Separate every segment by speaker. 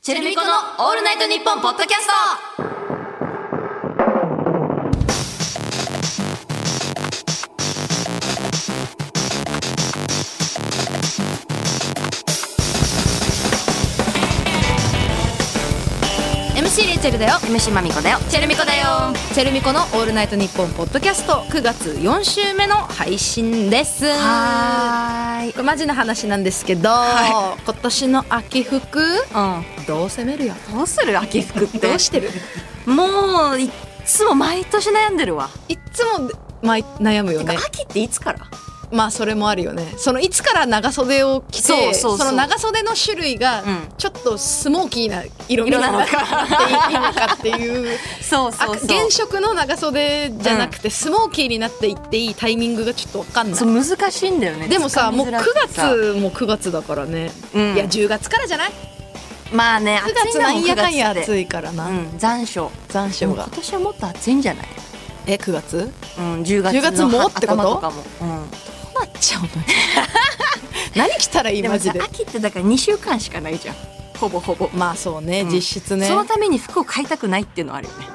Speaker 1: チェルミコのオールナイトニッポンポッドキャスト
Speaker 2: レイチェルだよ
Speaker 1: MC まみこだよ
Speaker 2: チェルミコだよチェルミコの「オールナイトニッポン」ポッドキャスト9月4週目の配信です
Speaker 1: はーい
Speaker 2: これマジな話なんですけど、
Speaker 1: は
Speaker 2: 今年の秋服
Speaker 1: う
Speaker 2: どう攻めるよ
Speaker 1: んどうする秋服って
Speaker 2: どうしてる
Speaker 1: もういっつも毎年悩んでるわ、
Speaker 2: いっつも、まあ、悩むよ
Speaker 1: て
Speaker 2: ね
Speaker 1: か秋っていつから
Speaker 2: まあそれもあるよねそのいつから長袖を着て
Speaker 1: そうそうそう
Speaker 2: の長袖の種類が
Speaker 1: うん
Speaker 2: ちょっとスモーキーな色に
Speaker 1: 色なのか
Speaker 2: っていいのかっていう
Speaker 1: そう
Speaker 2: あ原色の長袖じゃなくてスモーキーになっていっていいタイミングがちょっとわかんない
Speaker 1: そう難しいんだよね
Speaker 2: でもさ
Speaker 1: 掴
Speaker 2: もう
Speaker 1: みづ
Speaker 2: 9
Speaker 1: らくてさ
Speaker 2: 月も9月だからね、
Speaker 1: うん
Speaker 2: いや10月からじゃない
Speaker 1: まあね
Speaker 2: 9月なんやかんや暑
Speaker 1: い
Speaker 2: いからな、
Speaker 1: うん残暑
Speaker 2: 残
Speaker 1: で
Speaker 2: 暑
Speaker 1: も
Speaker 2: が
Speaker 1: 今年はもっと暑いんじゃない
Speaker 2: え9月
Speaker 1: うん10月の
Speaker 2: 10月もってこと
Speaker 1: 頭とかも、うん、
Speaker 2: なっちゃうの 何着たらいい
Speaker 1: で
Speaker 2: マ
Speaker 1: も
Speaker 2: ジ
Speaker 1: さ
Speaker 2: で
Speaker 1: 秋ってだから2週間しかないじゃんほぼほぼ、
Speaker 2: まあそうね、
Speaker 1: うん
Speaker 2: 実質ね
Speaker 1: そのために服を買いたくないっていうのはあるよね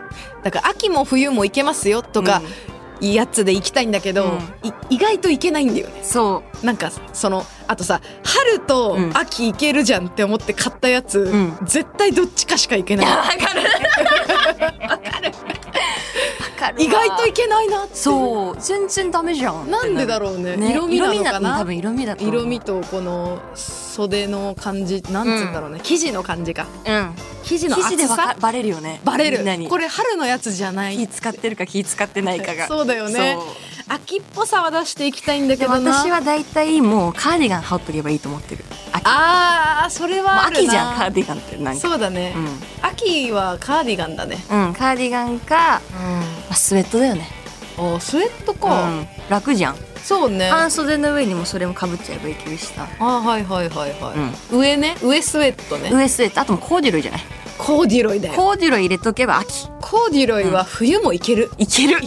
Speaker 2: だから秋も冬も行けますよとか、いいやつで行きたいんだけど、
Speaker 1: う
Speaker 2: い意外と行けないんだよね
Speaker 1: そ
Speaker 2: なんかそのあとさ春と
Speaker 1: うん
Speaker 2: 秋行けるじゃんって思って買ったやつ、
Speaker 1: ん
Speaker 2: 絶対どっちかしか行け
Speaker 1: ういや
Speaker 2: な
Speaker 1: わかるわかるわかる
Speaker 2: い意外と行
Speaker 1: と
Speaker 2: けないなっていう
Speaker 1: そう全然ダメじゃん
Speaker 2: なんでだ
Speaker 1: ろ
Speaker 2: ろうね色味なのかな
Speaker 1: 多分色味だと思う
Speaker 2: 色味とこの袖の感じなんつうんだろうね、生地の感じか
Speaker 1: うん
Speaker 2: 生地の
Speaker 1: 生
Speaker 2: 厚
Speaker 1: 地でわか
Speaker 2: さ
Speaker 1: バレるよね
Speaker 2: バレ
Speaker 1: みんなに
Speaker 2: るこれ春のやつじゃない
Speaker 1: 気使ってるか気使ってないかが
Speaker 2: そうだよね
Speaker 1: そう
Speaker 2: 秋っぽさは出していきたいんだけ
Speaker 1: でも
Speaker 2: どな
Speaker 1: 私は大体もうカーディガン羽織っとけばいいと思ってる秋もう
Speaker 2: あーそれはあるな
Speaker 1: 秋じゃんカーディガンってなんか
Speaker 2: そうだね、
Speaker 1: う
Speaker 2: 秋はカーディガンだね、
Speaker 1: ん、うん、カーディガンか、まあ、スウェットだよね
Speaker 2: おスウェット
Speaker 1: う
Speaker 2: か、
Speaker 1: ん楽じゃん
Speaker 2: そうねあ
Speaker 1: 半袖の上にもそれもかぶっちゃえばいけるしさ
Speaker 2: ーはいはいはいはい、上ね上スウェットね
Speaker 1: 上スウェットあともうコーデュロイじゃない
Speaker 2: コーデュロイだよ
Speaker 1: コーデュロイ入れとけば秋
Speaker 2: コーデュロイは冬もいける、
Speaker 1: いける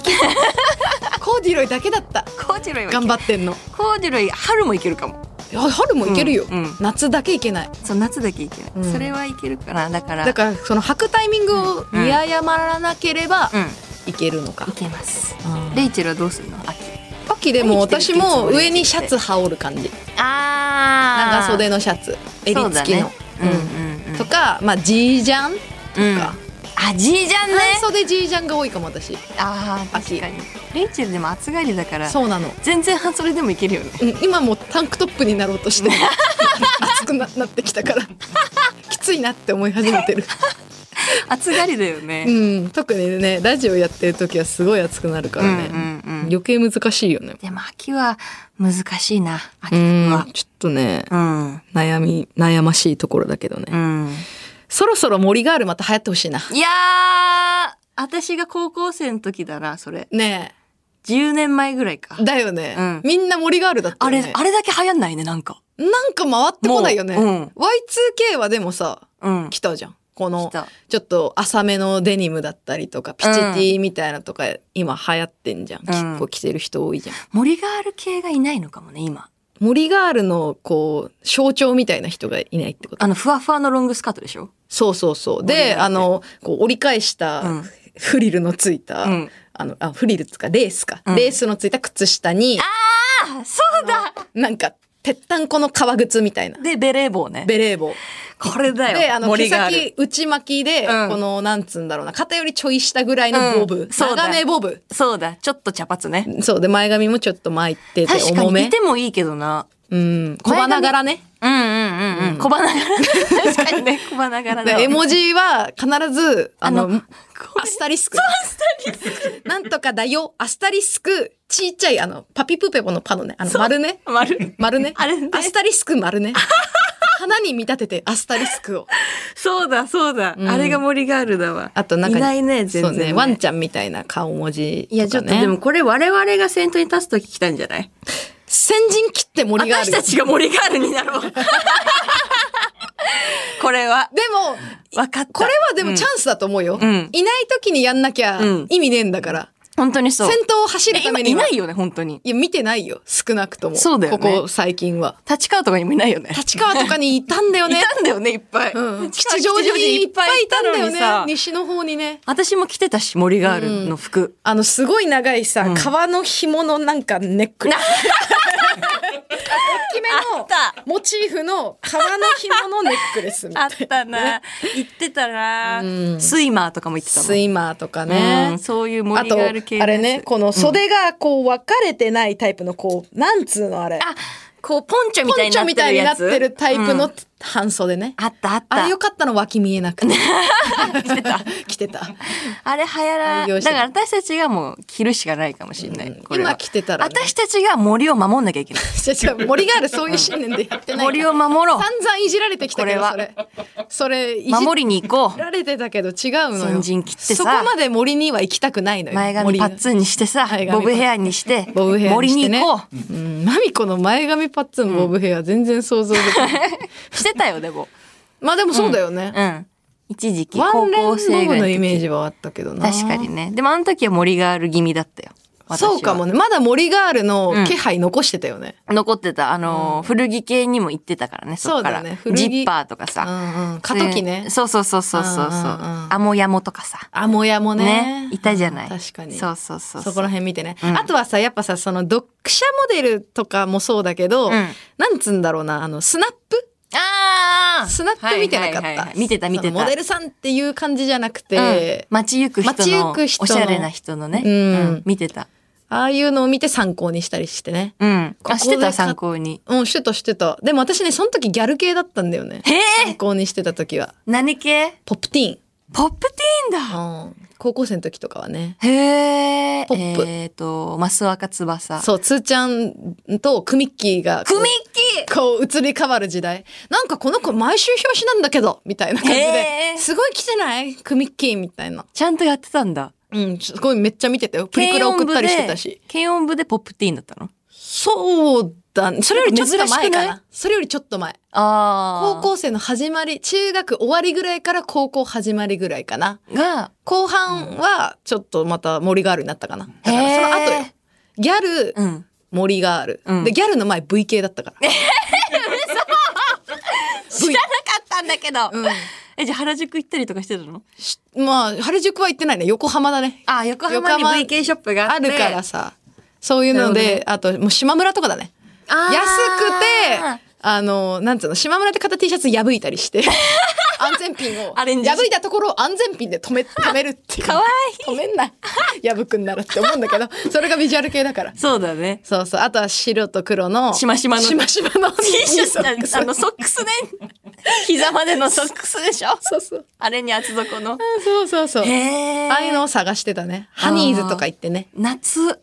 Speaker 2: コーデュロイだけだった
Speaker 1: コーデュロイはいけ
Speaker 2: 頑
Speaker 1: る
Speaker 2: 張ってんの
Speaker 1: コーデュロイ春もいけるかも
Speaker 2: いや春もいけるよ、
Speaker 1: うんうん
Speaker 2: 夏だけいけない
Speaker 1: そう夏だけいけない、
Speaker 2: うん
Speaker 1: それはいけるかなだから
Speaker 2: だからその履くタイミングを見誤らなければ
Speaker 1: うん
Speaker 2: いけるのか
Speaker 1: い、けます
Speaker 2: うん
Speaker 1: レイチェルはどうするの秋
Speaker 2: 秋でも私も上にシャツ羽織る感じ
Speaker 1: あ
Speaker 2: 長袖のシャツ襟
Speaker 1: そう
Speaker 2: 付
Speaker 1: だ
Speaker 2: きの
Speaker 1: ね、うんうんうん
Speaker 2: とかまあジージャン
Speaker 1: うん
Speaker 2: か
Speaker 1: あじいじゃんね
Speaker 2: 半袖ジージャンが多いかも私
Speaker 1: あー確
Speaker 2: 秋
Speaker 1: かにレイチェルでも暑がりだから
Speaker 2: そうなの、
Speaker 1: 全然半袖でもいけるよね
Speaker 2: うん、今もうタンクトップになろうとして暑くななってきたからきついなって思い始めてる
Speaker 1: 暑がりだよね
Speaker 2: うん特にねラジオやってる時はすごい暑くなるからね、
Speaker 1: うんうんうん
Speaker 2: 余計難しいよね
Speaker 1: でも秋は難しいな秋
Speaker 2: う
Speaker 1: は
Speaker 2: んちょっとね
Speaker 1: うん
Speaker 2: 悩み悩ましいところだけどね、
Speaker 1: うん
Speaker 2: そろそろ森ガールまた流行ってほしいない
Speaker 1: やー私が高校生の時だなそれ
Speaker 2: ね
Speaker 1: 10年前ぐらいか
Speaker 2: えだよね、
Speaker 1: うん
Speaker 2: みんな森ガールだった
Speaker 1: あ
Speaker 2: よね
Speaker 1: れあれだけ流行んないねなんか
Speaker 2: なんか回ってこないよね、
Speaker 1: もううん
Speaker 2: Y2K はでもさ
Speaker 1: うん
Speaker 2: 来たじゃんこの
Speaker 1: 来た
Speaker 2: ちょっと浅めのデニムだったりとかピチティみたいなとか今流行ってんじゃん、結構着てる人多いじゃん
Speaker 1: 森ガール系がいないのかもね今
Speaker 2: 森ガールのこう象徴みたいな人がいないってこと
Speaker 1: あのふわふわのロングスカートでしょ
Speaker 2: そうそうそう
Speaker 1: 森ガール
Speaker 2: で
Speaker 1: って
Speaker 2: あのこう折り返し
Speaker 1: う
Speaker 2: た
Speaker 1: ん
Speaker 2: フリルのついた、
Speaker 1: うん
Speaker 2: あのあフリルっつうかレースか、
Speaker 1: うん
Speaker 2: レースのついた靴下に
Speaker 1: あそうだ
Speaker 2: なんか鉄たんこの革靴みたいな
Speaker 1: でベレー帽ね
Speaker 2: ベレー帽
Speaker 1: これだよ
Speaker 2: であの毛
Speaker 1: 森ガール
Speaker 2: 先内巻きで、
Speaker 1: うん
Speaker 2: このなんつうんだろうな肩よりちょい下ぐらいのボブ、
Speaker 1: うんそうだ
Speaker 2: 長めボブ
Speaker 1: そうだちょっと茶髪ね
Speaker 2: そうで前髪もちょっと巻いてて
Speaker 1: 確か
Speaker 2: 重
Speaker 1: に
Speaker 2: め
Speaker 1: いてもいいけどな
Speaker 2: うん小花柄ね
Speaker 1: うんうんうんうん小花柄 確かにね小花柄
Speaker 2: で
Speaker 1: だ
Speaker 2: 絵文字は必ずあの
Speaker 1: あの
Speaker 2: アスタリスクなんとかだよアスタリスクちっちゃいあのパピプペポのパのねあの丸ね
Speaker 1: 丸
Speaker 2: 丸ね
Speaker 1: あれね
Speaker 2: アスタリスク 丸ね花に見立ててアスタリスクを
Speaker 1: そうだそうだ、
Speaker 2: うん
Speaker 1: あれが森ガールだわ
Speaker 2: あとなんか
Speaker 1: いないね全
Speaker 2: そう
Speaker 1: 然ね
Speaker 2: ねワンちゃんみたいな顔文字とか、ね、
Speaker 1: いやちょっとでもこれ我々が先頭に立つ時来たんじゃない
Speaker 2: 先陣切って森がある
Speaker 1: 私
Speaker 2: よ
Speaker 1: たちが森ガールになろ うこれは
Speaker 2: でも
Speaker 1: 分かった
Speaker 2: これはでもチャンスだと思うよ、
Speaker 1: うん
Speaker 2: いない時にやんなきゃ
Speaker 1: うん
Speaker 2: 意味ねえんだから、
Speaker 1: 本当にそう
Speaker 2: 先。頭を走るた
Speaker 1: 今
Speaker 2: めに
Speaker 1: い
Speaker 2: は
Speaker 1: ないよね、本当に。
Speaker 2: いや、見てないよ。少なくとも。
Speaker 1: そうだよね
Speaker 2: ここ最近は。
Speaker 1: 立川とかにもいないよね。
Speaker 2: 立川とかにいたんだよ
Speaker 1: い
Speaker 2: ね。
Speaker 1: たんだよね、いっぱい。
Speaker 2: うん。
Speaker 1: 立川
Speaker 2: 吉祥寺にいっぱいいたんだよ
Speaker 1: いっぱいいたの
Speaker 2: ね。
Speaker 1: にさ
Speaker 2: 西の方にね。
Speaker 1: 私も着てたし、森ガールの服。
Speaker 2: あの、すごい長いさ、
Speaker 1: うん
Speaker 2: 革の紐のなんかネック レス。大きめの
Speaker 1: た。
Speaker 2: モチーフの革の紐のネックレスみ
Speaker 1: あ
Speaker 2: たい
Speaker 1: っ
Speaker 2: な。
Speaker 1: たな。行ってたな、
Speaker 2: うん
Speaker 1: スイマーとかも行ってたもん。
Speaker 2: スイマーとか
Speaker 1: う
Speaker 2: ね
Speaker 1: ん。そういう
Speaker 2: あ
Speaker 1: 森
Speaker 2: と、
Speaker 1: がある系のやつ
Speaker 2: あれね、この袖がこう分かれてないタイプのこう、なんつうのあれ。
Speaker 1: あ、こう、ポンチョみ
Speaker 2: ポ
Speaker 1: たい
Speaker 2: ン
Speaker 1: に
Speaker 2: チ
Speaker 1: な
Speaker 2: ョ
Speaker 1: って
Speaker 2: みたい
Speaker 1: る
Speaker 2: にな
Speaker 1: や
Speaker 2: っ
Speaker 1: つ。
Speaker 2: てるタイプ
Speaker 1: う
Speaker 2: の
Speaker 1: ん
Speaker 2: 半袖ね。
Speaker 1: あったあった。
Speaker 2: あれよかったの脇見えなくて。
Speaker 1: ってた。
Speaker 2: 着てた。
Speaker 1: あれ流行ら、
Speaker 2: 愛用
Speaker 1: だ
Speaker 2: して
Speaker 1: か
Speaker 2: る
Speaker 1: ら私たちがもう着るしかないかもしれない。
Speaker 2: うん
Speaker 1: これは
Speaker 2: 今着てたらね
Speaker 1: 私たちが森を守んなきゃいけない。
Speaker 2: じゃじゃ森ガールそういう信念でやってないから。
Speaker 1: 森を守ろう
Speaker 2: 散。々いじられてきたけど
Speaker 1: こ
Speaker 2: そ
Speaker 1: れ
Speaker 2: れ。それいじ
Speaker 1: 守りに行こう。
Speaker 2: られてたけど違うのよ。
Speaker 1: 先陣切ってさ
Speaker 2: そこまで森には行きたくないのよ。
Speaker 1: 前髪パッツンにしてさ
Speaker 2: 前、髪
Speaker 1: ボブヘアにして、
Speaker 2: ボブヘアに
Speaker 1: 森
Speaker 2: して
Speaker 1: に
Speaker 2: ね
Speaker 1: 行こう。
Speaker 2: 森に。うん。マミコの前髪パッツンボブヘア全然想像できない。
Speaker 1: してたよ、でも。
Speaker 2: まあでもそうだよ ね。
Speaker 1: うん。一時期、
Speaker 2: ワ
Speaker 1: 高
Speaker 2: ンレンボ
Speaker 1: 校生ぐ
Speaker 2: ブ
Speaker 1: ら
Speaker 2: の
Speaker 1: い
Speaker 2: イ
Speaker 1: の時。
Speaker 2: メージはあったけどな。
Speaker 1: 確かに。ね。でもあの時は森がある気味だったよ。私は
Speaker 2: そうかもね。まだ森ガールの気配残してたよね。
Speaker 1: 残ってた、あのー古着系にも行ってたからね、そっから。
Speaker 2: そうだね古着
Speaker 1: ジッパーとか
Speaker 2: う
Speaker 1: さ。
Speaker 2: んうん。過渡期ね。
Speaker 1: そうそうそうそうそうそう。
Speaker 2: うんうんうん
Speaker 1: アモヤモとかさ。
Speaker 2: あもやも
Speaker 1: ね
Speaker 2: ね。
Speaker 1: いたじゃない。
Speaker 2: 確かに。
Speaker 1: そうそうそうう。
Speaker 2: そこら辺見てね、
Speaker 1: うん
Speaker 2: あとはさやっぱさその読者モデルとかもそうだけ
Speaker 1: う
Speaker 2: ど、
Speaker 1: ん
Speaker 2: なんつうんだろうなあのスナップ
Speaker 1: ああ
Speaker 2: スナップ見てなかった、
Speaker 1: 見てた見て
Speaker 2: そ
Speaker 1: た。
Speaker 2: のモデルさんっていう感じじゃなく
Speaker 1: うん
Speaker 2: て、、
Speaker 1: 街行く人
Speaker 2: 街
Speaker 1: の
Speaker 2: 行く人
Speaker 1: お
Speaker 2: の
Speaker 1: しゃれな人のね、
Speaker 2: うん
Speaker 1: 見てた。
Speaker 2: ああいうのを見て参考にしたりしてね
Speaker 1: うん。
Speaker 2: ここ
Speaker 1: あ、
Speaker 2: で
Speaker 1: してた
Speaker 2: か
Speaker 1: 参考に。
Speaker 2: うんしてたしてたでも私ねその時ギャル系だったんだよね
Speaker 1: へえ
Speaker 2: 参考にしてた時は
Speaker 1: 何系
Speaker 2: ポップティ
Speaker 1: ポップティーンだ
Speaker 2: ーン、うん、高校生の時とかはね
Speaker 1: へえ。
Speaker 2: ポップ
Speaker 1: えっと、マスワカツバサ。
Speaker 2: そうつーちゃんとクミッキーがこう
Speaker 1: クミッキー
Speaker 2: こう移り変わる時代なんかこの子毎週表紙なんだけどみたいな感じ
Speaker 1: へ
Speaker 2: で
Speaker 1: ー
Speaker 2: すごい来てないクミッキーみたいな
Speaker 1: ちゃんとやってたんだ。
Speaker 2: うんすごいめっちゃ見てたよプリクラ送ったりしてたし
Speaker 1: 軽音部で。軽音部でポップティーンだったの
Speaker 2: そうだねそれよりちょっと
Speaker 1: 珍
Speaker 2: 前
Speaker 1: し
Speaker 2: か
Speaker 1: くない
Speaker 2: なそれよりちょっと前
Speaker 1: あ
Speaker 2: 高
Speaker 1: 高
Speaker 2: 校生の始まり中学終わりぐらいから高校始まりぐらいかな
Speaker 1: 校が、
Speaker 2: 後半はちょっとまた森ガールになったかなだ
Speaker 1: へ
Speaker 2: か
Speaker 1: ー
Speaker 2: らその後よギャル
Speaker 1: うん。
Speaker 2: 森ガール、
Speaker 1: うん
Speaker 2: でギャルの前 V 系だったから
Speaker 1: 知らなかったんだけど。
Speaker 2: ん
Speaker 1: え、じゃあ原宿行ったりとかしてたの
Speaker 2: しまあ原宿は行ってないね横浜だね
Speaker 1: あ、横浜に
Speaker 2: 横浜
Speaker 1: VK ショップがあ
Speaker 2: あ
Speaker 1: って。
Speaker 2: るから。さそういうの
Speaker 1: なるほど
Speaker 2: で、あともう島村とかだね
Speaker 1: あー
Speaker 2: 安くてあのなんつうの島村って買った T シャツ破いたりして 安全ピンを
Speaker 1: アレンジし
Speaker 2: 破いたところを安全ピンで止 め止めるっていう
Speaker 1: かわ
Speaker 2: いい止めんな破くんならって思うん だけどそれがビジュアル系だから
Speaker 1: そうだね。
Speaker 2: そうそうあとは白と黒の
Speaker 1: しましまの
Speaker 2: しましまの T
Speaker 1: T シ
Speaker 2: そう
Speaker 1: ャツ、あの、ソックスね。膝までのソックスでしょ
Speaker 2: そうそう
Speaker 1: あれに厚底の。
Speaker 2: そうそうそうあ
Speaker 1: へ
Speaker 2: あいうのを探してたねハニーズとか行ってね
Speaker 1: 夏、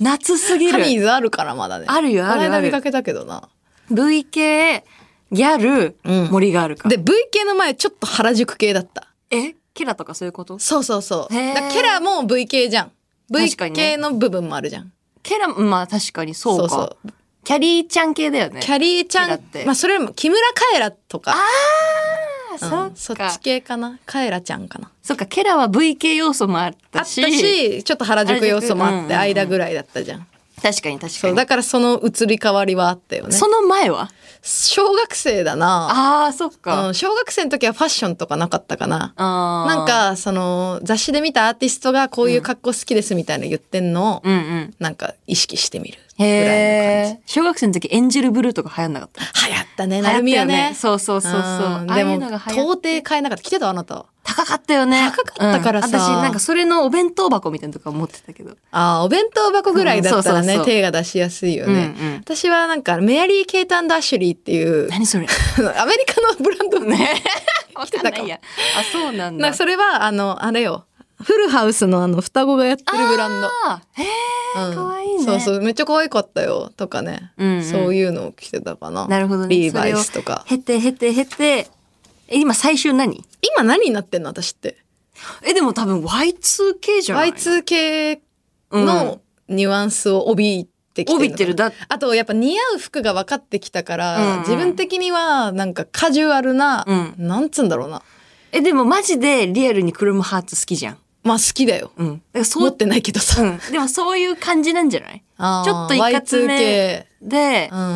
Speaker 1: 夏すぎ
Speaker 2: ハニ
Speaker 1: る。
Speaker 2: ーズあるからまだね
Speaker 1: あるよあるある
Speaker 2: この間見かけたけどな
Speaker 1: V 系、ギャル、
Speaker 2: うん
Speaker 1: 森があるか。
Speaker 2: で V 系の前ちょっと原宿系だった
Speaker 1: えケラとかそういうこと
Speaker 2: そうそうそう。
Speaker 1: へー
Speaker 2: だからケラも V 系じゃん。V
Speaker 1: 確かにね
Speaker 2: 系の部分もあるじゃん。
Speaker 1: ケラ、まあ確かにそうか。
Speaker 2: そう
Speaker 1: キャリーちゃん系だよね。
Speaker 2: キャリーちゃ
Speaker 1: ケラ
Speaker 2: ん
Speaker 1: って、
Speaker 2: まあそれも木村カエラとか、
Speaker 1: あ
Speaker 2: うん
Speaker 1: そ
Speaker 2: そ
Speaker 1: っ
Speaker 2: っ
Speaker 1: か。
Speaker 2: ち系かな。カエラちゃんかな。
Speaker 1: そっか、ケラは VK 要素もあっ
Speaker 2: あった
Speaker 1: たし。
Speaker 2: し、ちょっと原宿要素も
Speaker 1: 原
Speaker 2: あっ
Speaker 1: 宿う
Speaker 2: て
Speaker 1: ん
Speaker 2: 間ぐらいだったじゃん。
Speaker 1: 確かに確か
Speaker 2: そう
Speaker 1: に。
Speaker 2: だからその移り変わりはあったよね。
Speaker 1: その前は
Speaker 2: 小学生だな。
Speaker 1: ああ、そっか。
Speaker 2: うん、小学生の時はファッションとかなかったかな。
Speaker 1: あー
Speaker 2: なん、かその雑誌で見たアーティストがこういう格好好きですみたいな言ってんのを、
Speaker 1: うんうん。
Speaker 2: なんか意識してみるぐ
Speaker 1: へ
Speaker 2: らいの感じ
Speaker 1: え。小学生の時、エンジェルブルーとか流行んなかった。
Speaker 2: 流行ったね、なるみは
Speaker 1: 流行ったよ
Speaker 2: ね。
Speaker 1: そうそうそうそう。
Speaker 2: ん
Speaker 1: ああ
Speaker 2: で
Speaker 1: い
Speaker 2: も
Speaker 1: うのが、流
Speaker 2: 到
Speaker 1: 行っ
Speaker 2: 底買えなかった。来てたあなたは。
Speaker 1: 高かったよね。
Speaker 2: 高かったからさ
Speaker 1: うん私、なんかそれのお弁当箱みたいなのとか持ってたけど。
Speaker 2: ああ、お弁当箱ぐらいだったら
Speaker 1: うんそうそう
Speaker 2: ね、
Speaker 1: そう
Speaker 2: 手が出しやすいよ
Speaker 1: うんう
Speaker 2: ね。
Speaker 1: ん。
Speaker 2: 私はなんか、メアリー・ケイトアシュリーって いう、
Speaker 1: 何それ
Speaker 2: アメリカのブランドね。
Speaker 1: ね。わかん
Speaker 2: たかも
Speaker 1: ないや。あ、そうなん
Speaker 2: な
Speaker 1: だ。
Speaker 2: んかそれは、あの、あれよ。フルハウスのあの、双子がやってるブランド。
Speaker 1: あーへえ、
Speaker 2: うん
Speaker 1: かわいいね。
Speaker 2: そうそう、めっちゃ可愛かったよ。とかね。
Speaker 1: うんうん
Speaker 2: そういうのを着てたかな。
Speaker 1: なるほどね。
Speaker 2: リーバイスとか。
Speaker 1: それを経て経て経て、え、今最終何
Speaker 2: 今何になってんの私って。
Speaker 1: え、でも多分 Y2K じゃない
Speaker 2: Y2K のニュアンスを帯びってきてるのかな
Speaker 1: 帯びてる。だ、
Speaker 2: あとやっぱ似合う服が分かってきたから、
Speaker 1: うんうん
Speaker 2: 自分的にはなんかカジュアルな、
Speaker 1: うん
Speaker 2: なんつうんだろうな
Speaker 1: え、でもマジでリアルにクルムハーツ好きじゃん。
Speaker 2: まあ好きだよ。
Speaker 1: うん。だからそ
Speaker 2: 持っ
Speaker 1: う、
Speaker 2: てないけどさ。
Speaker 1: うん。でもそういう感じなんじゃない
Speaker 2: あー
Speaker 1: ちょっといかつめ
Speaker 2: Y2K
Speaker 1: で
Speaker 2: う、んうんう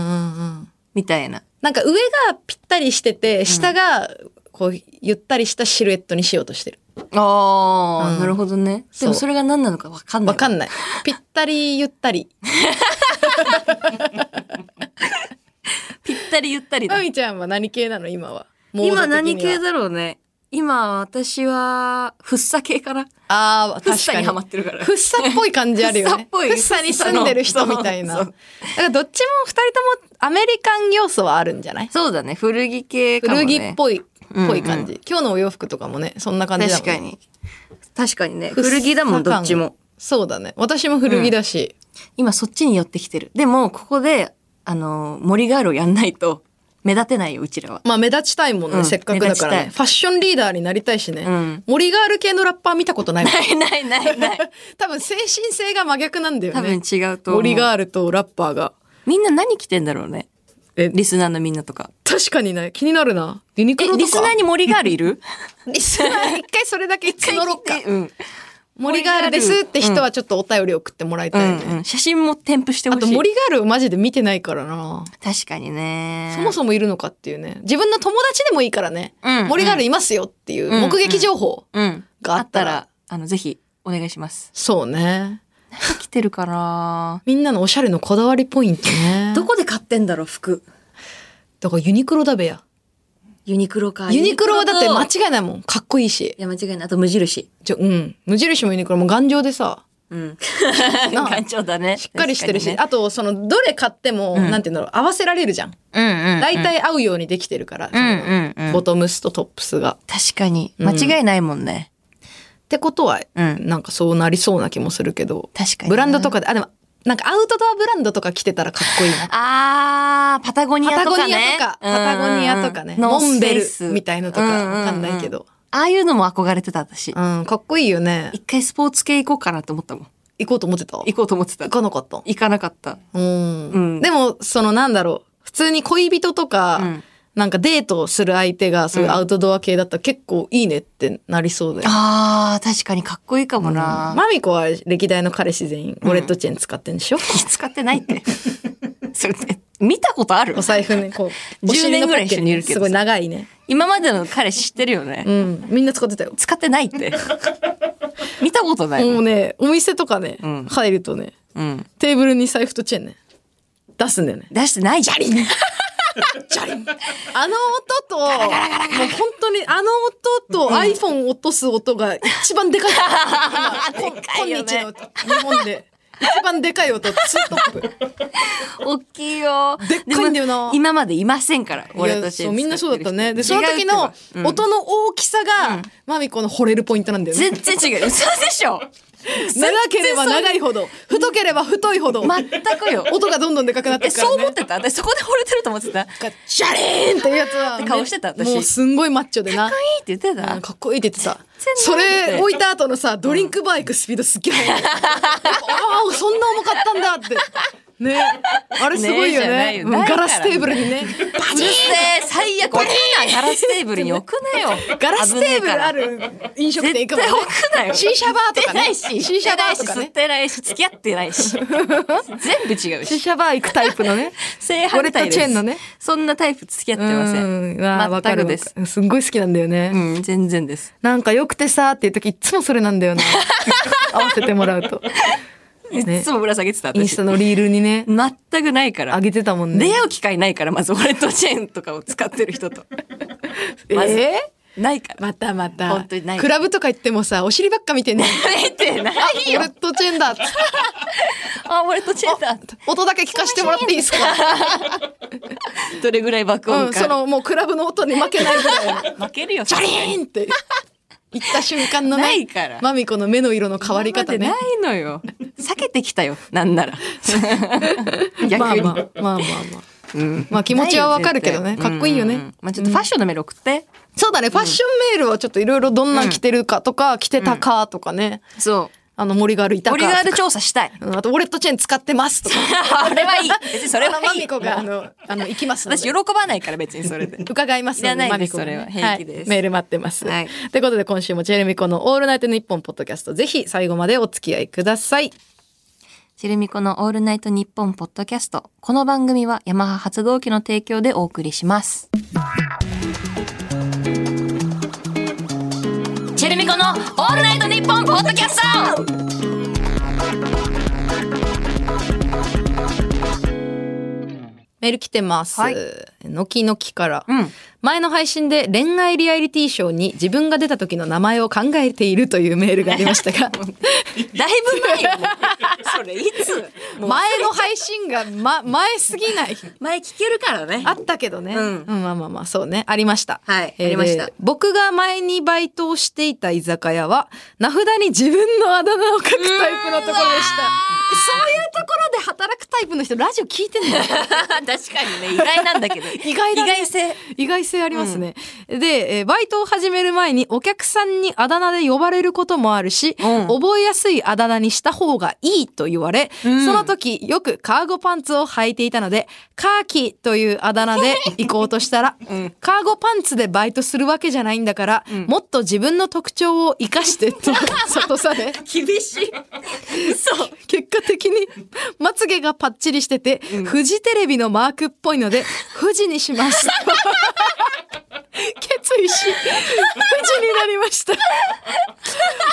Speaker 2: ん。
Speaker 1: みたいな。
Speaker 2: なんか上がぴったりしてて、下がこう、ゆったりしたシルエットにしようとしてる。
Speaker 1: ああ、
Speaker 2: うん
Speaker 1: なるほどね。でも
Speaker 2: そう
Speaker 1: それが何なのかわかんない。
Speaker 2: わか
Speaker 1: ない。
Speaker 2: ん ない。ぴったりゆったり。
Speaker 1: ぴったりゆったりだ
Speaker 2: ま。みちゃんは何系なの今は。モード的
Speaker 1: 今
Speaker 2: には
Speaker 1: 何系だろうね。今私は、ふっさ系かな。
Speaker 2: ああ、
Speaker 1: ふっ
Speaker 2: 確
Speaker 1: さ
Speaker 2: か
Speaker 1: に
Speaker 2: に
Speaker 1: ハ。マってる から。
Speaker 2: ふっさっぽい感じある
Speaker 1: ふ
Speaker 2: よね。
Speaker 1: っさっぽい
Speaker 2: ふっさに住んでる人みたいな。
Speaker 1: そ
Speaker 2: だ
Speaker 1: う
Speaker 2: からどっちも二人ともアメリカン要素はあるんじゃない
Speaker 1: そうだね。古着系かもね。
Speaker 2: 古着っぽい、
Speaker 1: うんうん
Speaker 2: ぽい感じ。今日のお洋服とかもね、そんな感じだもん
Speaker 1: 確
Speaker 2: ね
Speaker 1: かに。確かにね。
Speaker 2: ふっさ
Speaker 1: 古着だもん、どっちも。
Speaker 2: そうだね。私も古着だし。
Speaker 1: 今そっちに寄ってきてる。でも、ここで、あの、森ガールをやんないと、目立てないよ、うちらは。
Speaker 2: まあ目立ちたいもんね、
Speaker 1: うん
Speaker 2: せっかくだから
Speaker 1: 目立ちた
Speaker 2: ね。
Speaker 1: い
Speaker 2: ファッションリーダーになりたいしね。
Speaker 1: うん
Speaker 2: 森ガール系のラッパー見たことないもん。
Speaker 1: ないないない ない。
Speaker 2: 多分精神性が真逆なんだよ
Speaker 1: 多分
Speaker 2: ね。
Speaker 1: 違うと思う。
Speaker 2: 森ガールとラッパーが。
Speaker 1: みんな何着てんだろうね。
Speaker 2: え
Speaker 1: リスナーのみんなとか。
Speaker 2: 確かにね、気になるな。ユニク
Speaker 1: え
Speaker 2: ロとか。
Speaker 1: リスナーに森ガールい る
Speaker 2: リスナー一回それだけ募ろっか。
Speaker 1: うん。
Speaker 2: 森ガールですって人はちょっとお便り送ってもらいうたい
Speaker 1: ん
Speaker 2: ね。
Speaker 1: うん、写真も添付してほ
Speaker 2: あ
Speaker 1: しい。
Speaker 2: と森ガールマジで見てないからな。
Speaker 1: 確かにね。
Speaker 2: そもそもいるのかっていうね。自分の友達でもいいからね。
Speaker 1: うん
Speaker 2: 森ガールいますよっていう目撃情報。
Speaker 1: も、うん。
Speaker 2: があ
Speaker 1: あ
Speaker 2: っ
Speaker 1: ったた
Speaker 2: ら
Speaker 1: ら、あの、ぜひ、お願いします。
Speaker 2: そうね。
Speaker 1: 何着てるかな
Speaker 2: みんなのおしゃれのこだわりポイントね。
Speaker 1: どこで買ってんだろう、服。
Speaker 2: だからユニクロだべや。
Speaker 1: ユニクロか。
Speaker 2: ユニクロはだって間
Speaker 1: マ
Speaker 2: 違いないもん。かっこいいし。
Speaker 1: いや、間違いない。あと、無 印。
Speaker 2: ちょ、うん。無印もユニクロも頑丈でさ、
Speaker 1: うん。
Speaker 2: なあ
Speaker 1: 頑丈だね。し
Speaker 2: しっかりしてるし、あと、その、どれ買っても、
Speaker 1: うん
Speaker 2: なんていうんだろう、合わせられるじゃん。
Speaker 1: うんうん。
Speaker 2: 大。体合うようにできてるから、
Speaker 1: うんうん
Speaker 2: その
Speaker 1: うん
Speaker 2: ボトムスとトップスが。
Speaker 1: 確かに。
Speaker 2: うん
Speaker 1: 間違いないもんね。
Speaker 2: ってことは、
Speaker 1: うん
Speaker 2: なんかそうなりそうな気もするけど、
Speaker 1: 確かに。
Speaker 2: ブランドと。かで、あ、でも、なんかアウトドアブランドとか着てたらかっこいい な。
Speaker 1: あー、パタゴニア
Speaker 2: パタ
Speaker 1: と
Speaker 2: ゴ
Speaker 1: か
Speaker 2: ニア
Speaker 1: ね
Speaker 2: と。か、パタゴニアとかね、
Speaker 1: うんうんうん
Speaker 2: モンベ
Speaker 1: ノー
Speaker 2: ル
Speaker 1: スペース
Speaker 2: みたいのとか、わかんないけ
Speaker 1: ううう
Speaker 2: ど。
Speaker 1: ああいうのも憧れてた、私。
Speaker 2: うん、かっこいいよね。
Speaker 1: 一回スポーツ系行こうかなと思ったもん。
Speaker 2: 行こうと思ってた
Speaker 1: 行こうと思ってた
Speaker 2: 行。かなかった。
Speaker 1: 行かなかった。
Speaker 2: うん
Speaker 1: うん
Speaker 2: でも、そのなんだろう。普通に恋人とか、
Speaker 1: うん
Speaker 2: なんかデートをする相手がそういうアウトドア系だったら結構いいねってなりそうだよ。
Speaker 1: ああ、確かにかっこいいかもな。
Speaker 2: マミコは歴代の彼氏全員ウォレットチェーン使ってんでしょ、
Speaker 1: 気使ってないっ て。それって、見たことある
Speaker 2: お財布ね、こう。 お尻
Speaker 1: 10
Speaker 2: の
Speaker 1: 年ぐらい一緒にいるけどさ
Speaker 2: すごい長いね。
Speaker 1: 今までの彼知ってるよね。
Speaker 2: うん。みんな使ってたよ。
Speaker 1: 使ってないって。見たことない
Speaker 2: も
Speaker 1: も。
Speaker 2: うんね、お店とかね、
Speaker 1: うん
Speaker 2: 入るとね、
Speaker 1: うん。
Speaker 2: テーブルに財布とチェーンね、出すんだよね。
Speaker 1: 出してないじゃん。
Speaker 2: あの音と、もう本当にあの音と iPhone 落とす音が一 番でかい。今
Speaker 1: でかいよね
Speaker 2: 今日の日本で。一番でかい音、ツートップ。
Speaker 1: 大きいよ。
Speaker 2: でっかいんだよな
Speaker 1: でも今までいませんから、俺た
Speaker 2: いや
Speaker 1: ち。
Speaker 2: そうみんなそうだったね。で、その時
Speaker 1: 違う
Speaker 2: の
Speaker 1: ってばうん
Speaker 2: 音の大きさが、マミコの惚れるポイントなんだよね。
Speaker 1: 全然違う。嘘でし ょ。
Speaker 2: 長ければ長いほど、太ければ太いほど、
Speaker 1: 全くよ。
Speaker 2: 音がどんどんでかくなって
Speaker 1: え、
Speaker 2: くから、ね。
Speaker 1: そう思 ってた私そこで惚れてると思ってた。かっ
Speaker 2: なんかシャリーンっていうやつは、
Speaker 1: て顔してた私
Speaker 2: もうすんごいマッチョでな。
Speaker 1: こいいって言って
Speaker 2: うん
Speaker 1: た。
Speaker 2: かっこいいって言ってた。そ
Speaker 1: 全然
Speaker 2: れ置いた後のさ、ドリンクバー行くスピードすっげ え速い。ああ、そんな重かったんだって。ね。あれすごい
Speaker 1: ねえじゃ
Speaker 2: よ
Speaker 1: な
Speaker 2: ね。
Speaker 1: いよ
Speaker 2: うん
Speaker 1: ない
Speaker 2: ガ
Speaker 1: から
Speaker 2: ラステーブルにね。バ
Speaker 1: うるせえ最悪置くなガラステーブルに置くなよ
Speaker 2: ガラステーブルあ
Speaker 1: 危ね
Speaker 2: る飲食店行
Speaker 1: え
Speaker 2: く
Speaker 1: から絶対
Speaker 2: もんね。
Speaker 1: 置くなよ
Speaker 2: シーシャバーとかね。
Speaker 1: 吸ってないし
Speaker 2: シーシャバー
Speaker 1: 吸っ
Speaker 2: と
Speaker 1: て
Speaker 2: か
Speaker 1: ないし吸っ
Speaker 2: ね。
Speaker 1: てないし付き合ってないし 全部違う
Speaker 2: シー
Speaker 1: し
Speaker 2: シャバー行くタイプのね。
Speaker 1: 正反対です
Speaker 2: ウォレットチェーンのね
Speaker 1: そんなタイプ付き合ってません
Speaker 2: うわあわかる
Speaker 1: 全
Speaker 2: わ
Speaker 1: く
Speaker 2: か
Speaker 1: です
Speaker 2: る。すんごい好きなんだよね。
Speaker 1: うん全然です
Speaker 2: なんか良くてさっていう時いつもそれなんだ よな。合わせてもらうと。
Speaker 1: いつもぶら下げてた
Speaker 2: イン
Speaker 1: 私
Speaker 2: スタのリールにね、
Speaker 1: 全くないから
Speaker 2: 上げてたもんね。
Speaker 1: 出会う機会ないからまずウォレットチェーンとかを使ってる人とまず
Speaker 2: え
Speaker 1: ないか
Speaker 2: ー
Speaker 1: ら
Speaker 2: またまた。
Speaker 1: 本当にない
Speaker 2: クラブとか行ってもさ、お尻ばっか見てんね。
Speaker 1: 見て な
Speaker 2: あ、
Speaker 1: い
Speaker 2: ウォ
Speaker 1: よ
Speaker 2: レットチェーン だ。
Speaker 1: あウォレットチェーンだ
Speaker 2: 音だけ聞かせてもらっていいですか。
Speaker 1: どれぐらい爆
Speaker 2: う
Speaker 1: 音
Speaker 2: ん、
Speaker 1: か
Speaker 2: そのもうクラブの音に負けないぐら い。
Speaker 1: 負けるよ
Speaker 2: ジャリーンって。行った瞬間のね。
Speaker 1: ないから
Speaker 2: マミコの目の色の変わり方ね
Speaker 1: 今。までないのよ。避けてきたよ。なん なら。逆に。
Speaker 2: まあまあ、まあまあまあ。まあ気持ちはわかるけどね。かっこいいよね。
Speaker 1: うんうんまあちょっとファッションのメール送って。
Speaker 2: そうだね、ファッションメールはちょっといろいろどんなん着てるかとか、着てたかとかね。
Speaker 1: そう。
Speaker 2: あの、森ガールいたか
Speaker 1: オ
Speaker 2: ら
Speaker 1: リ
Speaker 2: とか。
Speaker 1: ガール調査した い。
Speaker 2: うんあと、ウォレットチェーン使ってますとか。
Speaker 1: あれ はいい。別にそれは
Speaker 2: あのマ
Speaker 1: いい。
Speaker 2: ミコが、あの、あの、行きますので
Speaker 1: 私喜ばないから別にそれ で。
Speaker 2: 伺いますので
Speaker 1: いらない
Speaker 2: マ
Speaker 1: で
Speaker 2: ミ
Speaker 1: す
Speaker 2: コにね
Speaker 1: それは平気です
Speaker 2: いメール待ってます。と、
Speaker 1: はいいう
Speaker 2: ことで今週もジェレミコのオールナイトニッポンポッドキャストぜひ最後までお付き合いください。
Speaker 1: チェルミコのオールナイトニッポンポッドキャスト。この番組はヤマハ発動機の提供でお送りします。チェルミコのオールナイトニッポンポッドキャスト
Speaker 2: メール来てます。
Speaker 1: はい
Speaker 2: のきのきから、
Speaker 1: うん
Speaker 2: 前の配信で恋愛リアリティショーに自分が出た時の名前を考えているというメールがありまし たが、
Speaker 1: だいぶ前よ。もう それいつもう
Speaker 2: 前の配信が、 ま、前すぎない。
Speaker 1: 前聞けるからね
Speaker 2: あったけどね。
Speaker 1: うん
Speaker 2: まあまあまあ、そうね。ありました。
Speaker 1: はい
Speaker 2: えー
Speaker 1: ありました
Speaker 2: で僕が前にバイトをしていた居酒屋は、名札に自分のあだ名を書くタイプのところでした。そういうところで働くタイプの人、ラジオ聞いてんだ よ。
Speaker 1: 確かにね、意外なんだけど。
Speaker 2: 意外だね
Speaker 1: 意外性。
Speaker 2: 意外性ありますね。で、えーバイトを始める前にお客さんにあだ名で呼ばれることもあるし、
Speaker 1: うん
Speaker 2: 覚えやすいあだ名にした方がいいと言われ、
Speaker 1: ん
Speaker 2: その時よくカーゴパンツを履いていたので、カーキというあだ 名で行こうとしたら、
Speaker 1: ん
Speaker 2: カーゴパンツでバイトするわけじゃないんだから、もっと自分の特徴を生かし てと、諭され、
Speaker 1: 厳しい。そう。
Speaker 2: 結果的にまつげがパッチリしてて、フジテレビのマークっぽいので富士にします決意し富士になりました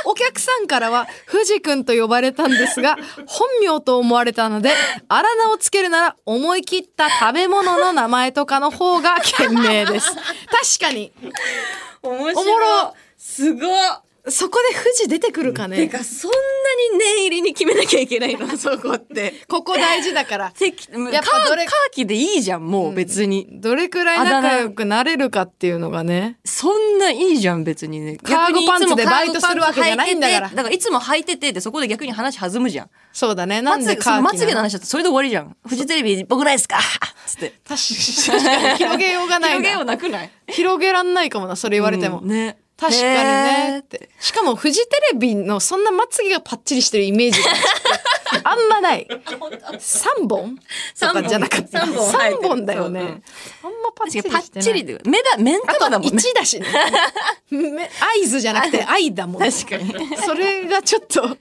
Speaker 2: お客さんからは富士くんと呼ばれたんですが本名と思われたのであだ名をつけるなら思い切った食べ物の名前とかの方が賢明です確かに
Speaker 1: 面
Speaker 2: おもろ。
Speaker 1: すごい。
Speaker 2: そこで富士出てくるかね
Speaker 1: てか、そんなに念入りに決めなきゃいけない の、そこって。
Speaker 2: ここ大事だから
Speaker 1: せき、カー
Speaker 2: やっぱどれ
Speaker 1: カーキでいいじゃん、もう別に。
Speaker 2: どれくらい仲良くなれるかっていうのがね
Speaker 1: そんないいじゃん、別にね。
Speaker 2: カーゴパンツでバイトするわけじゃないんだから
Speaker 1: 逆にいつもカーゴパンツ履いててだからいつも履いてて、で、そこで逆に話弾むじゃん。
Speaker 2: そうだね。なんで
Speaker 1: まつそ
Speaker 2: カーキ
Speaker 1: う
Speaker 2: なの
Speaker 1: まつげの話だとそれで終わりじゃん。フジテレビ僕ないですかつ って。
Speaker 2: 確かに広げようがない
Speaker 1: 広げよ
Speaker 2: な。
Speaker 1: うなくない
Speaker 2: 広げらんないかもな、それ言われても。
Speaker 1: うんね。
Speaker 2: 確かに
Speaker 1: へ
Speaker 2: ね
Speaker 1: ー
Speaker 2: っ。て。しかもフジテレビのそんなまつげがパッチリしてるイメ ージがあんまない。3本と
Speaker 1: 三本
Speaker 2: かじゃなかった。
Speaker 1: 三本
Speaker 2: 三本だよね。
Speaker 1: う
Speaker 2: あ
Speaker 1: ん
Speaker 2: んまパッ
Speaker 1: 確
Speaker 2: チリして
Speaker 1: かに
Speaker 2: な
Speaker 1: パッ
Speaker 2: い。
Speaker 1: チリで。目だ、面
Speaker 2: あ
Speaker 1: 束だもんね。
Speaker 2: 1だしね。 め合図じゃなくて愛だもん。
Speaker 1: 確かに。
Speaker 2: それがちょっと違う。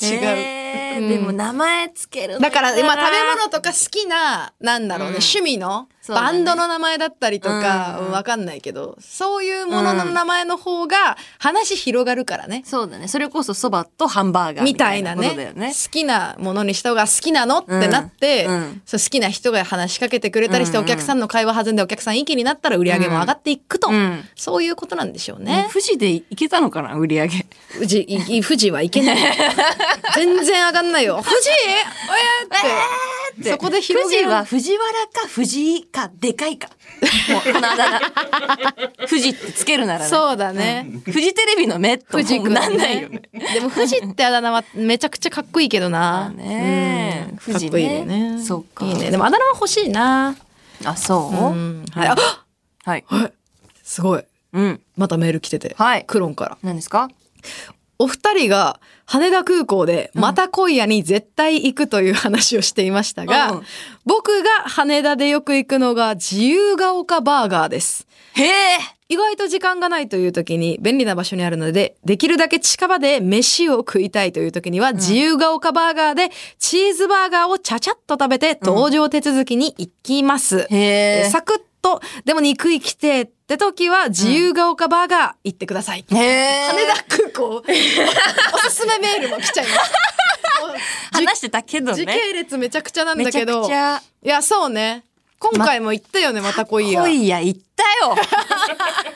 Speaker 1: えー
Speaker 2: うん
Speaker 1: でも名前つけるの
Speaker 2: だから、まあ、食べ物とか好きな、なんだろうね、
Speaker 1: うん
Speaker 2: 趣味の、
Speaker 1: そうだ
Speaker 2: バ
Speaker 1: ね
Speaker 2: ンドの名前だったりとか、
Speaker 1: うん
Speaker 2: うんわかんないけど、そういうものの名前の方が、話広がるからね。
Speaker 1: そうだねそれこそそばとハンバーガー
Speaker 2: み
Speaker 1: み
Speaker 2: た
Speaker 1: た
Speaker 2: い
Speaker 1: い
Speaker 2: な
Speaker 1: な
Speaker 2: ね
Speaker 1: ことだよね
Speaker 2: 好きなものにした方が好きなのってなって、
Speaker 1: うんうん
Speaker 2: そう好きな人が話しかけてくれたりして、
Speaker 1: うん
Speaker 2: お
Speaker 1: うん
Speaker 2: 客さんの会話弾んでお客さんいい気になったら売り上げも上がっていくと、
Speaker 1: うん
Speaker 2: そういうことなんでしょう
Speaker 1: ね
Speaker 2: ね。
Speaker 1: 富士で行けたのかな売り上げ
Speaker 2: 富士、いい富士はいけない。 全然上がんないよ。富士えーって。 そこで広
Speaker 1: 富
Speaker 2: げ
Speaker 1: 士
Speaker 2: る
Speaker 1: は藤原か藤井かでかいかもうこのあだ 名富士ってつけるなら、ね、
Speaker 2: そうだね。
Speaker 1: フジテレビの目と
Speaker 2: 富士
Speaker 1: もう
Speaker 2: くんね
Speaker 1: なんないよね。
Speaker 2: でも富士ってあだ名はめちゃくちゃかっこいいけどな。
Speaker 1: ねえ
Speaker 2: うん
Speaker 1: 富士ね
Speaker 2: かっこいいよね。
Speaker 1: そっか
Speaker 2: いいね。でもあだ名は欲しいな。
Speaker 1: あそう、
Speaker 2: うんはい。あ
Speaker 1: はい
Speaker 2: すごい。
Speaker 1: うん
Speaker 2: またメール来てて。
Speaker 1: はい
Speaker 2: クロンから。
Speaker 1: 何ですか
Speaker 2: お二人が羽田空港でまた今夜に絶対行くという話をしていましたが、
Speaker 1: うん
Speaker 2: 僕が羽田でよく行くのが自由が丘バーガーです。
Speaker 1: へえ
Speaker 2: 意外と時間がないという時に便利な場所にあるので、できるだけ近場で飯を食いたいという時には、自由が丘バーガーでチーズバーガーをちゃちゃっと食べて、搭乗手続きに行きます。
Speaker 1: へ
Speaker 2: え
Speaker 1: え
Speaker 2: サクッと、でも肉行きてって時は、自由が丘バーガー行ってください。
Speaker 1: へえ
Speaker 2: 羽田空 港、おすすめメールも来ちゃいます。もう
Speaker 1: 話してたけど
Speaker 2: 時
Speaker 1: ね
Speaker 2: 系列めちゃくちゃなんだ
Speaker 1: めち
Speaker 2: け
Speaker 1: ゃく
Speaker 2: ど、
Speaker 1: ちゃ
Speaker 2: いや、そうね。今回も行ったよね、また来いや。
Speaker 1: 今夜行った よ